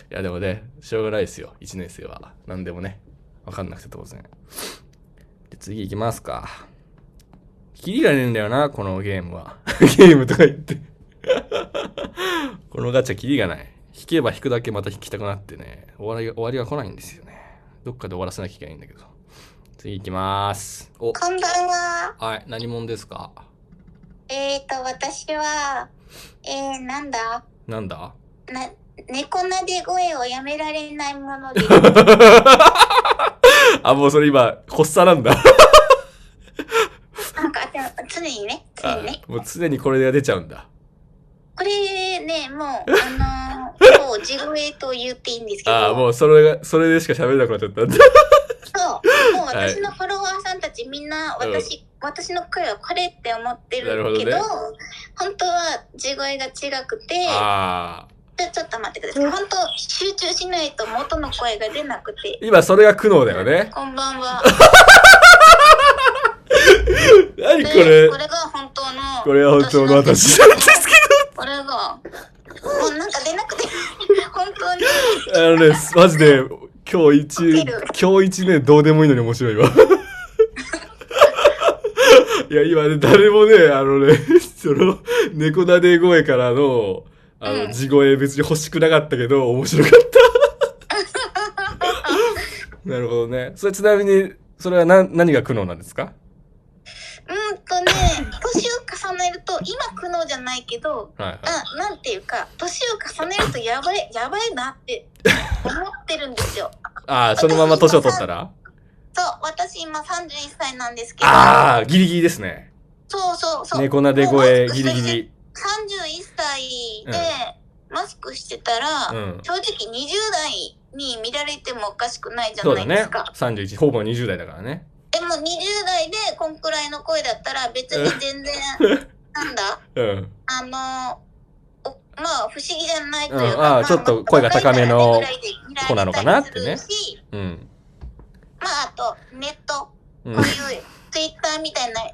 Speaker 1: や、でもね、しょうがないですよ。1年生は。何でもね。わかんなくて当然。で次行きますか。キリがねえんだよな、このゲームは。 ゲームとか言って。 このガチャキリがない。引けば引くだけまた引きたくなってね。終わりが、終わりが来ないんですよね。どっかで終わらせなきゃいけないんだけど。次行きます。お、
Speaker 13: こんばんは。
Speaker 1: はい、何者ですか
Speaker 13: えーと、私は、えー、なんだ
Speaker 1: なんだ
Speaker 13: な、猫なで声をやめられないもので、
Speaker 1: あ、もうそれ今、発作なんだ。
Speaker 13: なんか、でも常にね、常
Speaker 1: あ
Speaker 13: にね。
Speaker 1: もう常にこれが出ちゃうんだ。
Speaker 13: これね、もう、あのー、もう地声と言っていいんですけど、
Speaker 1: ああ、もうそれが、それでしか喋れなくなっちゃったんだ。
Speaker 13: そう、もう
Speaker 1: はい
Speaker 13: 私のフォロワーさんたちみんな
Speaker 1: うん
Speaker 13: 私、私の声はこれって思ってる
Speaker 1: なるほどね
Speaker 13: けど、本当は地声が違くて、
Speaker 1: ああ。
Speaker 13: ちょちょっと待ってください。本当集中しないと元の声が出なくて。
Speaker 1: 今それが苦悩だよね。
Speaker 13: こんばんは。
Speaker 1: 何
Speaker 13: でこ
Speaker 1: これ
Speaker 13: れが本当の。
Speaker 1: これは本当の私なん ですけ
Speaker 13: これが。もうなんか出なくて、 本当に。
Speaker 1: ど。あのね、マジで、今日一、今日一ね、どうでもいいのに面白いわ。 いや、今ね、誰もね、あのね、その、猫なで声からの、あの、地声別に欲しくなかったけど、面白かった。なるほどね。それちなみに、それは何、何が苦悩なんですか
Speaker 13: うんとね、年を重ねると、今苦悩じゃないけど、
Speaker 1: はいはい。
Speaker 13: うん、なんていうか、年を重ねるとやばい、やばいなって思ってるんですよ。
Speaker 1: ああ、そのまま年を取ったら
Speaker 13: そう、私今31歳なんですけど、
Speaker 1: ああ、ギリギリですね。
Speaker 13: そうそうそう。
Speaker 1: 猫なで声、ギリギリ。
Speaker 13: 31歳でマスクしてたら、
Speaker 1: うん
Speaker 13: 正直20代に見られてもおかしくないじゃ
Speaker 1: そう
Speaker 13: な
Speaker 1: だ
Speaker 13: いで
Speaker 1: ね
Speaker 13: すか。。
Speaker 1: 31、ほぼ20代だからね。
Speaker 13: でも20代でこんくらいの声だったら別に全 然、なんだ
Speaker 1: うん。
Speaker 13: あのおまあ不思議じゃないと
Speaker 1: う
Speaker 13: い
Speaker 1: ん
Speaker 13: うか、、
Speaker 1: ああ、ちょっと声が高めのとこなのかなってね。うん。
Speaker 13: まああとネット、
Speaker 1: うん
Speaker 13: こういうツイッターみたいなや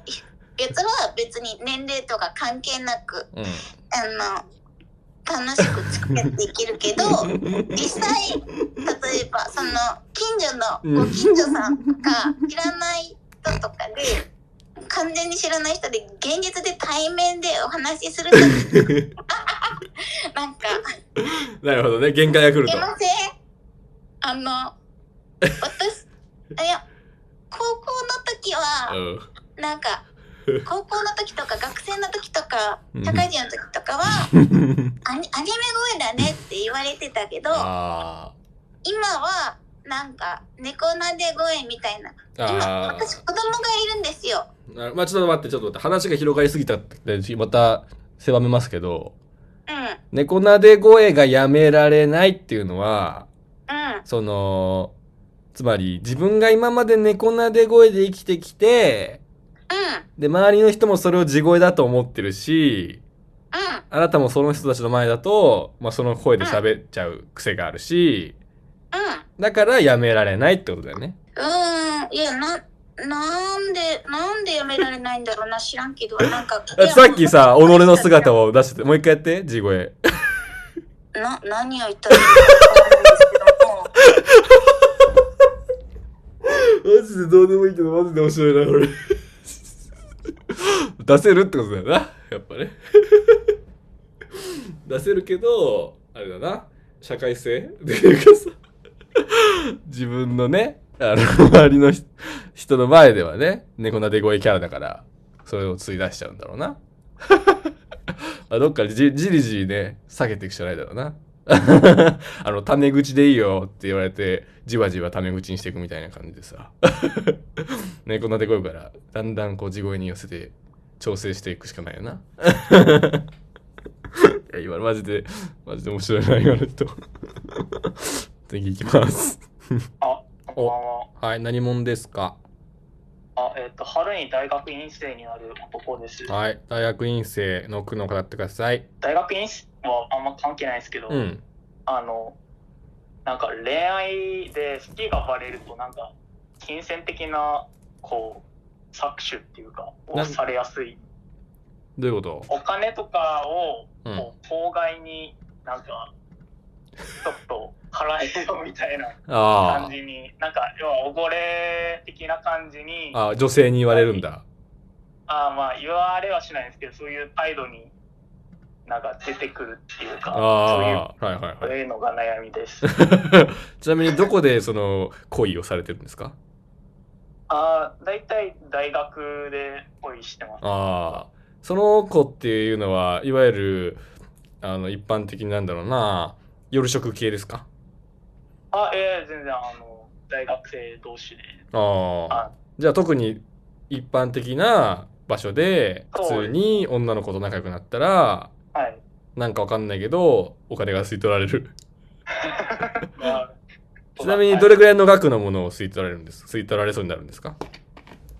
Speaker 13: つは別に年齢とか関係なく
Speaker 1: うん。
Speaker 13: あの楽しく付き合っていけるけ ど実際例えばその近所のご近所さんが知らない人とかで完全に知らない人で現実で対面でお話しするとなんか
Speaker 1: なるほどね。限界が来
Speaker 13: 「い
Speaker 1: ると。
Speaker 13: ませんあの私 いや高校の時は
Speaker 1: うん。
Speaker 13: なんか高校の時とか学生の時とか
Speaker 1: うん
Speaker 13: 社会人の時とか はアニアニメ声だねって言われてたけど
Speaker 1: あ
Speaker 13: 今はなんか猫なで声みたいな
Speaker 1: あ。あ
Speaker 13: 私子供がいるんですよ
Speaker 1: あ。なまあ、ちょっと待って、ちょっと待って。話が広がりすぎたって、また狭めますけど、
Speaker 13: うん
Speaker 1: 猫なで声がやめられないっていうのは、
Speaker 13: うん
Speaker 1: その、つまり自分が今まで猫なで声で生きてきて、で、周りの人もそれを地声だと思ってるし、あなたもその人たちの前だと、まあ、その声で喋っちゃう癖があるし、だからやめられないってことだよね。
Speaker 13: うーんいやななんでなんでやめられないんだろうな知らんけどなんか
Speaker 1: さっきさ、己の姿を出してて、もう一回やって、地声。
Speaker 14: な、何を言ったらいいのかわからないんですけども。
Speaker 1: マジでどうでもいいけど、マジで面白いな、これ。 出せるってことだよな、やっぱね。出せるけど、あれだな、社会性っていうかさ、自分のね、あの、周りの人人の前ではね、猫なで声キャラだから、それを追い出しちゃうんだろうな。 あどっかでじじりじりね、下げていくしかないだろうな。 あの、タメ口でいいよって言われて、じわじわタメ口にしていくみたいな感じでさ。 ね、こんなでこいから、だんだんこう地声に寄せて、調整していくしかないよな。 いや、今のマジで、マジで面白いな、今の人。 次いきます。
Speaker 15: あ、こんばんは。
Speaker 1: はい、何者ですか
Speaker 15: あ、えっ、と、春に大学院生になる男です。
Speaker 1: はい、大学院生の苦悩を語ってください。
Speaker 15: 大学院生はあんま関係ないですけど、
Speaker 1: うん。
Speaker 15: あの、なんか恋愛で好きがバレると、なんか、金銭的な、こう、搾取っていうか、を
Speaker 1: なん
Speaker 15: されやすい。
Speaker 1: どういうこと
Speaker 15: お金とかを、
Speaker 1: うん
Speaker 15: こう、当該になんか、ちょっと払えよみたいな
Speaker 1: あー
Speaker 15: 感じに、なんか、要はおごれ的な感じに、
Speaker 1: あ、女性に言われるんだ。
Speaker 15: ああまあ言われはしないんですけどそういう態度になんか出てくるっていうかそういう
Speaker 1: ああー、はいはい
Speaker 15: そういうのが悩みです
Speaker 1: はい。 ちなみにどこでその恋をされてるんですか
Speaker 15: ああ大体大学で恋してます
Speaker 1: ああ、その子っていうのは、いわゆる、あの、一般的になんだろうな、夜食系ですか
Speaker 15: あええ全然あの大学生同士で
Speaker 1: ああ、じゃあ特に一般的な場所で、普通に女の子と仲良くなったら、
Speaker 15: はい
Speaker 1: なんかわかんないけど、お金が吸い取られる。
Speaker 15: まあ
Speaker 1: ちなみにどれぐらいの額のものを吸い取られるんです、吸い取られそうになるんですか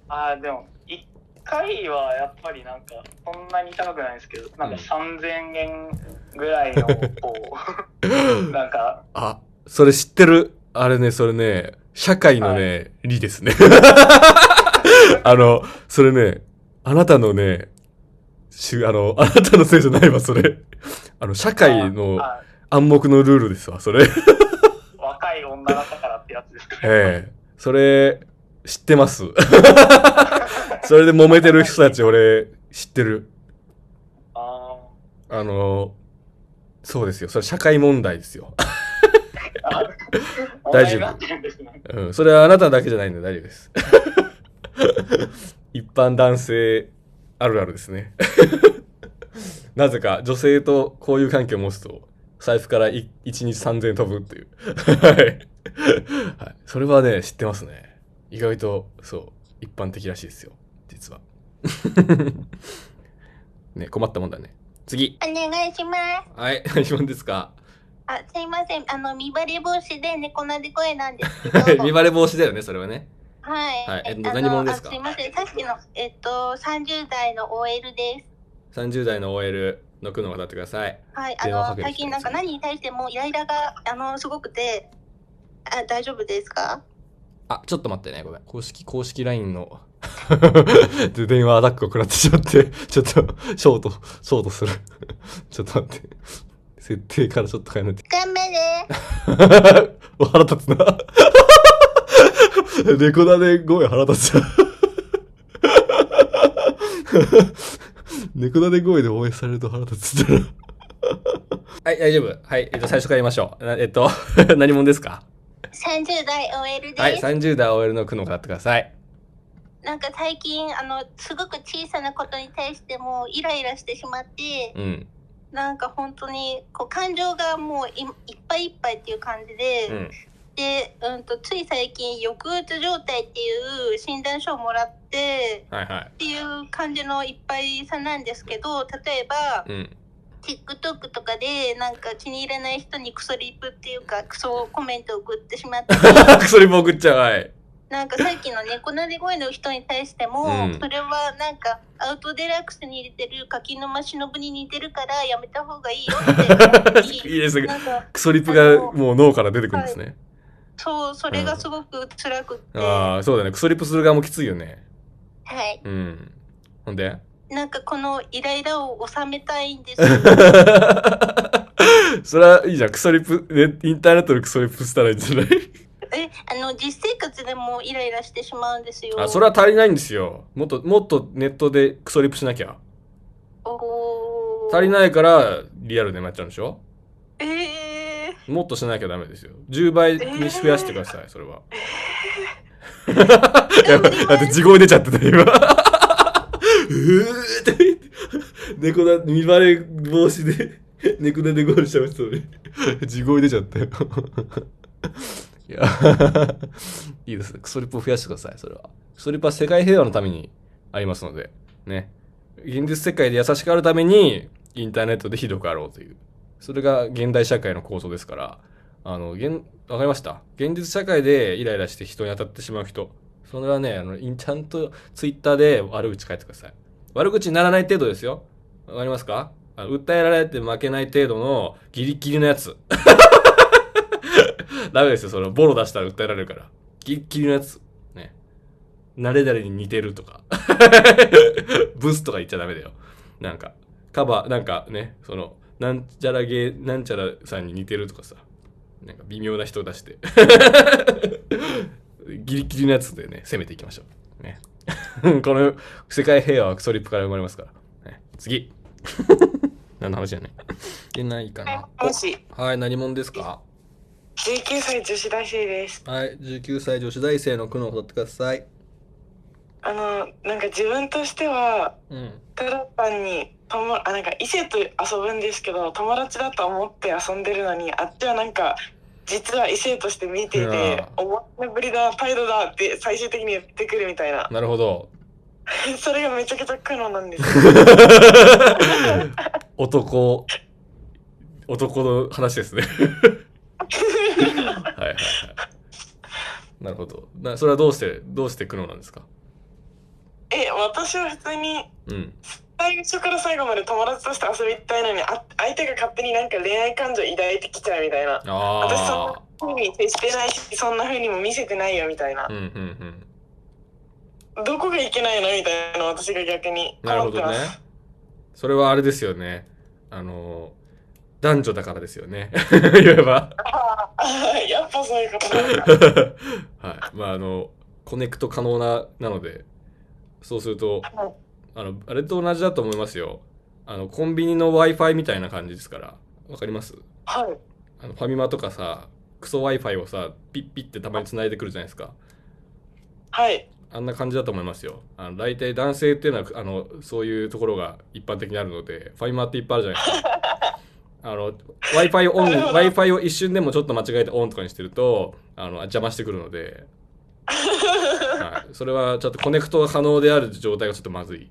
Speaker 15: あーでも1回はやっぱりなんかそんなに高くないんですけどなんか3000円ぐらいのこ うなんか
Speaker 1: あ、それ知ってる。あれね、それね、社会のね、理ですね。 あの、それね、あなたのね、しゅあの、あなたのせいじゃないわ、それ。あの、社会の暗黙のルールですわ、それ。
Speaker 15: 若い女だったからってやつです
Speaker 1: ええそれ、知ってます。 それで揉めてる人たち、俺、知ってる。あの、そうですよ。それ社会問題ですよ。
Speaker 15: 問
Speaker 1: 大丈
Speaker 15: 題になってるんですね
Speaker 1: 夫。うん。それはあなただけじゃないんで大丈夫です。 一般男性あるあるですね。 なぜか女性と交友関係を持つと、財布からい1日3000円飛ぶっていう。 はい。はい。それはね、知ってますね。意外と、そう、一般的らしいですよ。実は。 ね、困ったもんだね。次。
Speaker 14: お願いします。
Speaker 1: はい、 何者ですか
Speaker 14: あ、すいません。あの、見バレ防止で猫なで声なん です。
Speaker 1: 見バレ防止だよね、それはね。
Speaker 14: はい。
Speaker 1: はいえっと
Speaker 14: あの
Speaker 1: 何者ですか
Speaker 14: あすいません。さっきの、えっと、30代の OL です。
Speaker 1: 30代の OL の苦悩を語ってください。
Speaker 14: はい、あ
Speaker 1: 電話か
Speaker 14: の
Speaker 1: けて
Speaker 14: 最近なんか何に対してもイライラがあのすごくてあ大丈夫ですか
Speaker 1: あ、ちょっと待ってね、ごめん。公式、公式 LINE の。 で、電話アタックを食らってしまって、 ちょっと、ショート、ショートする。 ちょっと待って。設定からちょっと変えないと。
Speaker 14: 頑張れ
Speaker 1: お 腹立つな。 猫だね、声腹立つ な。猫だね声で応援されると腹立つんだな。はい、大丈夫。はい、えっと、最初から言いましょう。なえっと、 何者ですか
Speaker 14: 30代 OL です、
Speaker 1: はい、30代 OL の苦悩を語ってください。
Speaker 14: なんか最近あのすごく小さなことに対してもイライラしてしまって
Speaker 1: うん。
Speaker 14: なんか本当にこう感情がもういいっぱいいっぱいっていう感じで、
Speaker 1: うん。
Speaker 14: で、うん、とつい最近抑うつ状態っていう診断書をもらって
Speaker 1: はいはい
Speaker 14: っ。ていう感じのいっぱいさなんですけど例えば、
Speaker 1: うん。
Speaker 14: TikTok とかでなんか気に入らない人にクソリプっていうかクソコメントを送ってしまって
Speaker 1: それ僕っちゃう。はい。
Speaker 14: なんかさっきの猫なで声の人に対しても、
Speaker 1: うん
Speaker 14: それはなんかアウトデラックスに入れてる柿沼忍に似てるからやめた方がいいよって
Speaker 1: いいですね
Speaker 14: なんか
Speaker 1: クソリップがもう脳から出てくるんですね。
Speaker 14: そうそれがすごく辛く、
Speaker 1: ああ、そうだね。クソリップする側もきついよね。
Speaker 14: はい
Speaker 1: うん。ほんで
Speaker 14: なんかこのイライラを収めたいんです
Speaker 1: それはいいじゃん。クソリプ、ねインターネットでクソリプしたらいいんじゃない
Speaker 11: え、あの、実生活でもイライラしてしまうんですよ。
Speaker 1: あ、それは足りないんですよ。もっと、もっとネットでクソリプしなきゃ。足りないから、リアルでなっちゃうんでしょええもっとしなきゃダメですよ。10倍に増やしてください、それは。やばいだって地声出ちゃってた、今。うーって言って、猫だ、見バレ防止で、猫だでゴールしちゃいました、俺。地声出ちゃったよ。いや、いいです。クソリップを増やしてください、それは。クソリップは世界平和のためにありますので、ね。現実世界で優しくあるために、インターネットでひどくあろうという。それが現代社会の構想ですから、あの、現、わかりました。現実社会でイライラして人に当たってしまう人。それはね、あの、インちゃんとツイッターで悪口書いてください。悪口にならない程度ですよ。わかりますかあの訴えられて負けない程度のギリギリのやつ。 ダメですよ、そのボロ出したら訴えられるから。ギリギリのやつ。ね。誰々に似てるとか。 ブスとか言っちゃダメだよ。なんか、カバー、なんかね、その、なんちゃらゲー、なんちゃらさんに似てるとかさ。なんか微妙な人を出して。ギリギリのやつでね、攻めていきましょう。 ね。この世界平和はクソリップから生まれますから。ね、 次。何の話じゃないでないかな。
Speaker 16: もし
Speaker 1: はい、何者ですか
Speaker 16: 19歳女子大生です。
Speaker 1: はい、19歳女子大生の苦悩を取ってください。
Speaker 16: あの、なんか自分としては、
Speaker 1: うん。
Speaker 16: トラパンにともあなんか異性と遊ぶんですけど友達だと思って遊んでるのにあっちはなんか実は異性として見ていて「お前のぶりだ態度だ」って最終的に言ってくるみたいな
Speaker 1: なるほど。
Speaker 16: それがめちゃくちゃ苦悩なんですよ
Speaker 1: 男、男の話ですね。はいはいはい。なるほど。なそれはどうして、どうして苦悩なんですか
Speaker 16: え私は普通に
Speaker 1: うん。
Speaker 16: 最初から最後まで友達として遊びたいのにあ相手が勝手になんか恋愛感情抱いてきちゃうみたいな私そん
Speaker 1: あ
Speaker 16: な風に接してないしそんな風にも見せてないよみたいな
Speaker 1: あ。うんうんうん。
Speaker 16: どこがいけないのみたいな私が逆に
Speaker 1: なるほどね。それはあれですよね。あの、男女だからですよね。 言えば。
Speaker 16: あやっぱそういうことなんだ
Speaker 1: はい。まあ、あの、コネクト可能な、なので、そうすると、あの、あれと同じだと思いますよ。あの、コンビニの Wi-Fi みたいな感じですから。わかります
Speaker 16: はい
Speaker 1: あのファミマとかさ、クソ Wi-Fi をさ、ピッピッってたまに繋いでくるじゃないですか。
Speaker 16: はい
Speaker 1: あんな感じだと思いますよ。あの大体男性っていうのはあのそういうところが一般的にあるので、ファイマーっていっぱいあるじゃないですか。あの Wi-Fi をオン、Wi-Fi を一瞬でもちょっと間違えてオンとかにしてると、あの邪魔してくるので、はい、それはちょっとコネクトが可能である状態がちょっとまずい。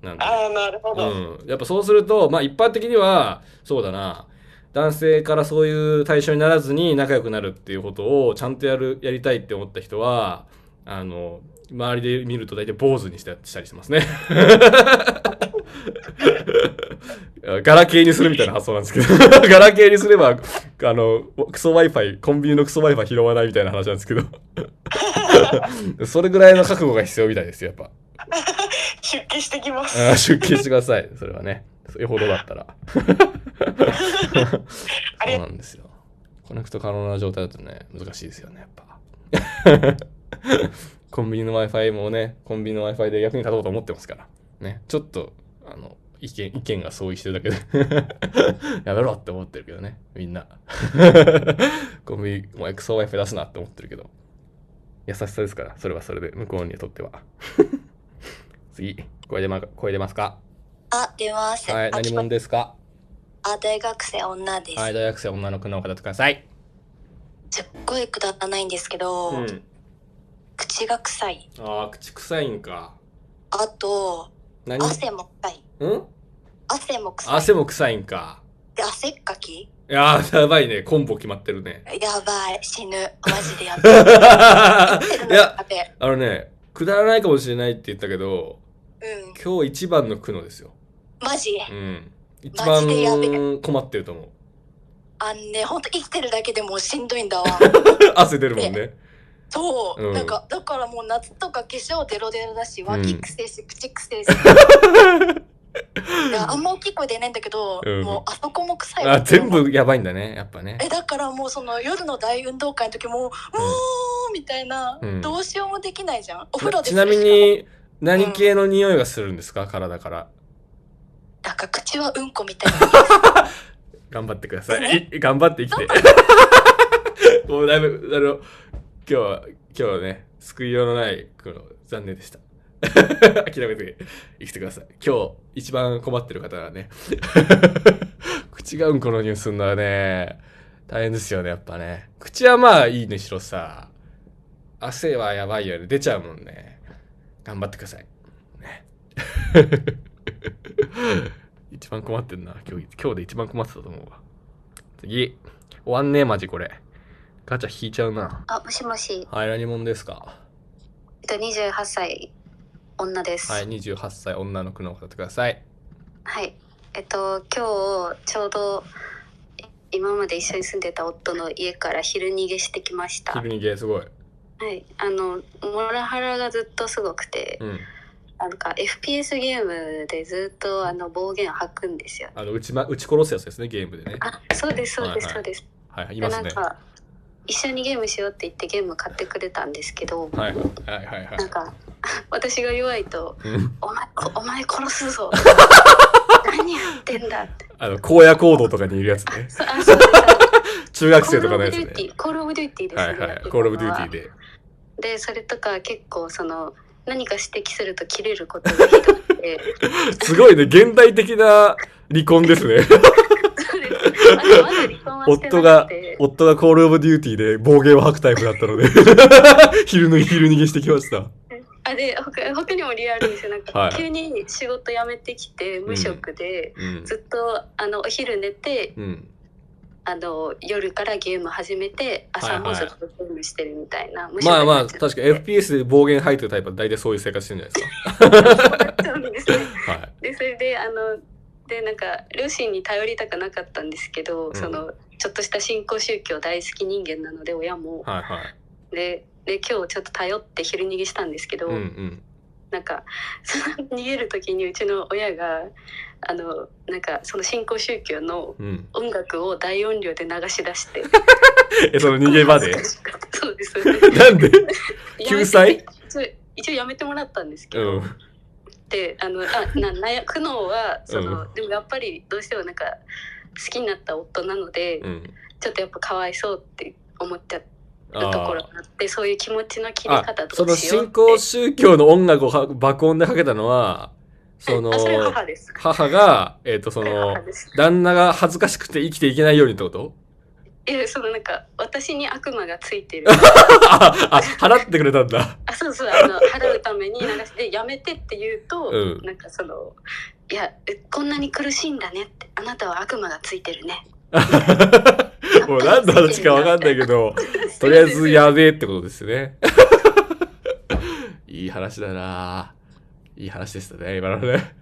Speaker 1: なんで
Speaker 16: ああなるほど、
Speaker 1: うん、やっぱそうすると、まあ一般的には、そうだな、男性からそういう対象にならずに仲良くなるっていうことをちゃんとやる、やりたいって思った人は、あの、周りで見ると大体坊主にしたしたりして ますね。 ガラケーにするみたいな発想なんです けど、 ガラケーにすれば、あの、クソ Wi-Fi、コンビニのクソ Wi-Fi 拾わないみたいな話なんですけど、 それぐらいの覚悟が必要みたいですよ、やっぱ。
Speaker 16: 出家してきます
Speaker 1: あー出勤してください。それはね。よほどだったら。そうなんですよ。コネクト可能な状態だとね、難しいですよね、やっぱ。 コンビニの Wi-Fi もね、コンビニの Wi-Fi で役に立とうと思ってますから。ね。ちょっと、あの、意見、意見が相違してるだけで。 やめろって思ってるけどね、みんな。 コンビニ、もうエクソ Wi-Fi 出すなって思ってるけど。優しさですから、それはそれで、向こうにとっては。次、声出ま、声出ますか
Speaker 6: あ、出ます。
Speaker 1: はい、何者ですか
Speaker 6: あ、大学生女です。
Speaker 1: はい、大学生女の子の方とください。
Speaker 6: すっごいくだらないんですけど、
Speaker 1: うん。
Speaker 6: 口が臭い。
Speaker 1: ああ、口臭いんか。
Speaker 6: あと、
Speaker 1: 何
Speaker 6: 汗も臭い。
Speaker 1: うん
Speaker 6: 汗も臭い。
Speaker 1: 汗も臭いんか。
Speaker 6: で汗っかき
Speaker 1: いやー、やばいね。コンボ決まって るね。
Speaker 6: やばい、死ぬ。マジでやばい。
Speaker 1: いや、
Speaker 6: やべえ
Speaker 1: あのね、くだらないかもしれないって言ったけど、今日一番の苦悩ですよ。
Speaker 6: マジ、
Speaker 1: うん。一
Speaker 6: マジでやべ
Speaker 1: 番困ってると思う。
Speaker 6: あんね、ほんと生きてるだけでもうしんどいんだわ。
Speaker 1: 汗出るもんね。
Speaker 6: そう、
Speaker 1: うん
Speaker 6: なんか、だからもう夏とか化粧デロデロだし、
Speaker 1: ん
Speaker 6: 脇くせえし、口くせえし。
Speaker 17: いやあんま大きい声で言えないんだけど、
Speaker 1: うん
Speaker 17: もうあそこも臭い
Speaker 1: あ全部やばいんだねやっぱね
Speaker 17: えだからもうその夜の大運動会の時ももうみたいな、
Speaker 1: うん
Speaker 17: どうしようもできないじゃんお風呂です
Speaker 1: ちなみに何系の匂いがするんですか体から
Speaker 17: なんか口はうんこみたいな
Speaker 1: 頑張ってくださいい頑張って生きてもうだいぶあの今日は今日はね救いようのないこの残念でした諦めて生きてください今日一番困ってる方はね 口がうんこの匂いするのはね大変ですよねやっぱね口はまあいいにしろさ汗はやばいよね出ちゃうもんね頑張ってください 一番困ってんな今日今日で一番困ってたと思うわ次終わんねえマジこれガチャ引いちゃうな
Speaker 18: あ、もしもし。
Speaker 1: はい何者ですか
Speaker 18: えっと、28歳、女です。
Speaker 1: はい28歳女の句の方ってください
Speaker 18: はい。えっと、今日、ちょうど、い今まで一緒に住んでた夫の家から昼逃げしてきました。は
Speaker 1: 昼にゲーすごい
Speaker 18: い。あの、モラハラがずっとすごくて、
Speaker 1: うん
Speaker 18: なんか FPS ゲームでずっとあの暴言を吐くんですよ。
Speaker 1: あの撃ち,、ま、撃ち殺すやつですねゲームでね
Speaker 18: そうです、そうです、
Speaker 1: はいはい
Speaker 18: そうです。
Speaker 1: はいはいい
Speaker 18: で
Speaker 1: ま
Speaker 18: な
Speaker 1: す
Speaker 18: ん
Speaker 1: ね
Speaker 18: か、一緒にゲームしようって言ってゲーム買ってくれたんですけど、
Speaker 1: はいはいはいはい
Speaker 18: なんか、 私が弱いと、
Speaker 1: うん
Speaker 18: お前、こお前殺す ぞ。何やってんだって。
Speaker 1: あの荒野行動とかにいるやつね 中学生とかのやつね
Speaker 18: コールオブデューティーです
Speaker 1: は
Speaker 18: ね。
Speaker 1: いはいコールオブデューティーで
Speaker 18: で、それとか結構その、何か指摘すると切れることがひどく て、
Speaker 1: すごいね現代的な離婚ですね夫が夫がコールオブデューティーで暴言を吐くタイプだったので 昼の昼逃げしてきました
Speaker 18: あで他他にも理由あるんですよなんか、
Speaker 1: はい
Speaker 18: 急に仕事辞めてきて無職で、
Speaker 1: うんうん
Speaker 18: ずっとあのお昼寝て
Speaker 1: うん
Speaker 18: あの夜からゲーム始めて朝もずっとゲームしてるみたいな、無職
Speaker 1: まあまあ
Speaker 18: になっちゃ
Speaker 1: 確か FPS で暴言吐いてるタイプは大体そういう生活してるんじゃない ですか はい
Speaker 18: でそれであのでなんか両親に頼りたくなかったんですけど、
Speaker 1: うん
Speaker 18: そのちょっとした新興宗教大好き人間なので親も、
Speaker 1: はいはい
Speaker 18: でで今日ちょっと頼って昼逃げしたんですけど、
Speaker 1: うんうん
Speaker 18: なんか その逃げる時にうちの親があのなんかその新興宗教の
Speaker 1: うん
Speaker 18: 音楽を大音量で流し出 して
Speaker 1: えその逃げ場で
Speaker 18: そうです
Speaker 1: なんで救済
Speaker 18: やめて一応やめてもらったんですけ
Speaker 1: う
Speaker 18: ど、
Speaker 1: ん
Speaker 18: であのあな悩苦悩はその、
Speaker 1: うん
Speaker 18: でもやっぱりどうしてもなんか好きになった夫なので、
Speaker 1: うん
Speaker 18: ちょっとやっぱかわいそうって思っちゃうと
Speaker 1: あ
Speaker 18: ころ
Speaker 1: ー
Speaker 18: があってそういう気持ちの切り
Speaker 1: あ
Speaker 18: 方と
Speaker 1: そ
Speaker 18: か
Speaker 1: の
Speaker 18: しよう
Speaker 1: 新興宗教の音楽をは爆音でかけたのはその
Speaker 18: あそれは母です
Speaker 1: 母がえっ、とその旦那が恥ずかしくて生きていけないようにって こと
Speaker 18: いやそのなんか私に悪魔がつい てる
Speaker 1: ああ払ってくれたんだ
Speaker 18: あそうそうあの払うために流してやめてって言うと、
Speaker 1: うん
Speaker 18: なんかそのいやえこんなに苦しいんだねってあなたは悪魔がついてるね
Speaker 1: もう何の話か分かんないけど、とりあえずやべえってことですね。 いい話だなぁいい話でしたね、今のね。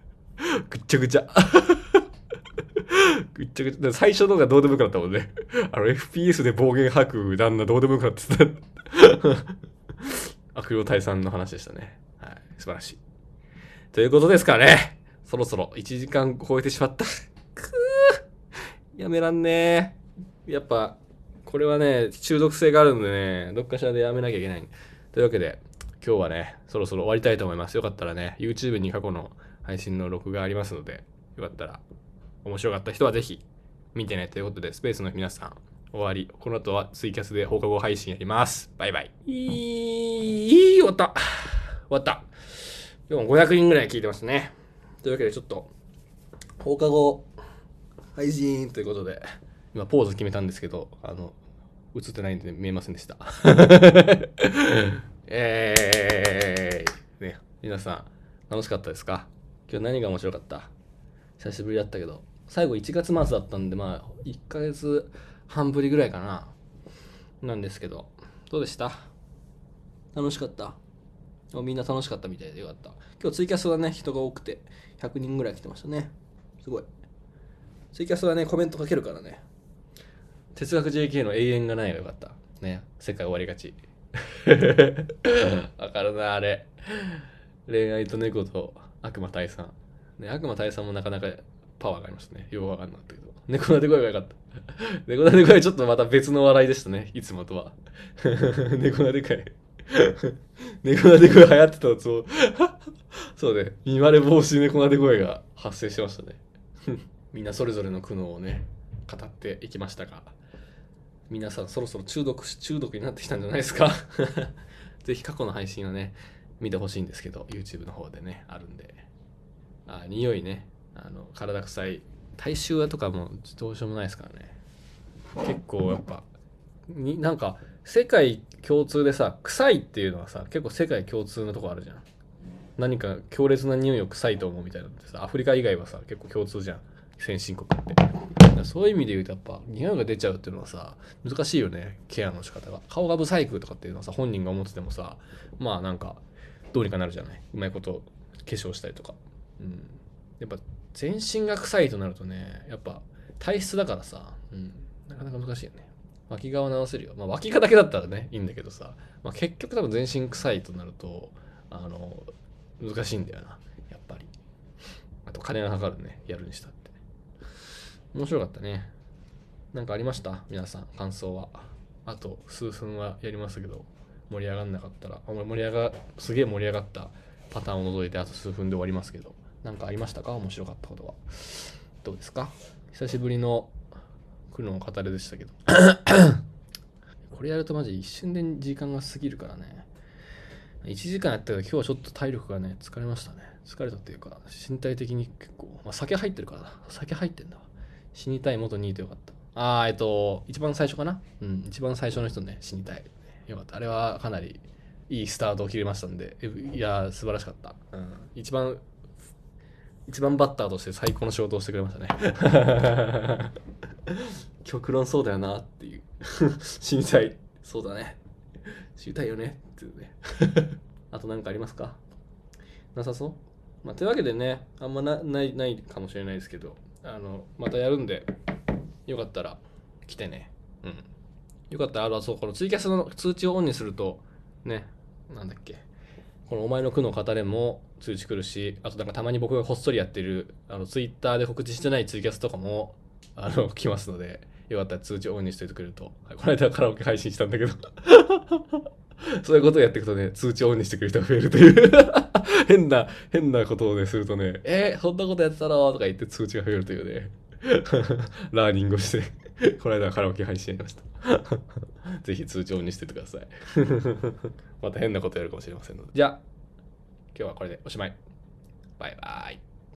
Speaker 1: ぐっちゃぐちゃ。ぐっちゃぐちゃ。だから最初のがどうでもよくなったもんね。 あの、FPS で暴言吐く旦那どうでもよくなって た。悪用退散の話でしたね。はい、素晴らしい。ということですかね。そろそろ1時間超えてしまった。やめらんねえ。やっぱ、これはね、中毒性があるんでね、どっかしらでやめなきゃいけない。というわけで、今日はね、そろそろ終わりたいと思います。よかったらね、YouTube に過去の配信の録画ありますので、よかったら、面白かった人はぜひ見てね。ということで、スペースの皆さん、終わり。この後はツイキャスで放課後配信やります。バイバイ。いい、終わった。終わった。今日も500人ぐらい聞いてますね。というわけで、ちょっと、放課後配信ということで、今ポーズ決めたんですけど、あの、映ってないんで見えませんで した。えーいね、皆さん、楽しかったですか今日何が面白かった久しぶりだったけど、最後1月末だったんで、まあ、1ヶ月半ぶりぐらいかな。なんですけど、どうでした楽しかったあみんな楽しかったみたいでよかった。今日ツイキャスはね、人が多くて、100人ぐらい来てましたね。すごい。ツイキャスはね、コメントかけるからね。哲学 JK の永遠がないがよかった。ね、世界終わりが ち。わかるな、あれ。恋愛と猫と悪魔退散。ね、悪魔退散もなかなかパワーがありましたね。よくわかんなかったけど。猫なで声が良かった。猫なで声ちょっとまた別の笑いでしたね。いつもとは。 猫なで 声。猫なで声流行ってたのつも。 そうね。見まれ防止猫なで声が発生しましたね。 みんなそれぞれの苦悩をね、語っていきましたが、皆さんそろそろ中毒し、中毒になってきたんじゃないですか ぜひ過去の配信をね、見てほしいんですけど、YouTube の方でね、あるんで。あ、匂いね。あの、体臭い。体臭はとかもどうしようもないですからね。結構やっぱ、になんか、世界共通でさ、臭いっていうのはさ、結構世界共通のとこあるじゃん。何か強烈な匂いを臭いと思うみたいなのってさ、アフリカ以外はさ、結構共通じゃん。先進国って。だからそういう意味で言うとやっぱ匂いが出ちゃうっていうのはさ難しいよねケアの仕方が顔がブサイクとかっていうのはさ本人が思っててもさまあなんかどうにかなるじゃないうまいこと化粧したりとか、うん、やっぱ全身が臭いとなるとねやっぱ体質だからさ、うん、なかなか難しいよね脇側直せるよまあ脇側だけだったらねいいんだけどさ、まあ、結局多分全身臭いとなるとあの難しいんだよなやっぱりあと金がかかるねやるにしたって面白かったねなんかありました皆さん感想はあと数分はやりますけど盛り上がんなかったらあ盛り上がすげえ盛り上がったパターンを除いてあと数分で終わりますけどなんかありましたか面白かったことはどうですか久しぶりの苦悩の語りでしたけど これやるとマジ一瞬で時間が過ぎるからね1時間やったけど今日はちょっと体力がね疲れましたね疲れたっていうか身体的に結構、まあ、酒入ってるからな酒入ってんだわ死にたい元ニートよかったああえっと一番最初かなうん一番最初の人ね死にたいよかったあれはかなりいいスタートを切れましたんでえいやー素晴らしかった、うん、一番一番バッターとして最高の仕事をしてくれましたね 極論そうだよなっていう 死にたいそうだね知りたいよねっていうね あと何かありますかなさそう、まあ、というわけでねあんまなないないかもしれないですけどあのまたやるんでよかったら来てねうんよかったらあのそうこのツイキャスの通知をオンにするとねなんだっけこのお前の苦の語れも通知来るしあとなんかたまに僕がこっそりやってるあのツイッターで告知してないツイキャスとかもあの 来ますのでよかったら通知オンにしておいてくれるとはいこの間カラオケ配信したんだけど そういうことをやっていくとね、通知をオンにしてくれる人が増えるという。 変な、変なことをね、するとね、えーそんなことやってたのとか言って通知が増えるというね。 ラーニングをして、この間カラオケ配信やりました。 ぜひ通知をオンにしててください。 また変なことやるかもしれませんので。じゃあ、今日はこれでおしまい。バイバイ。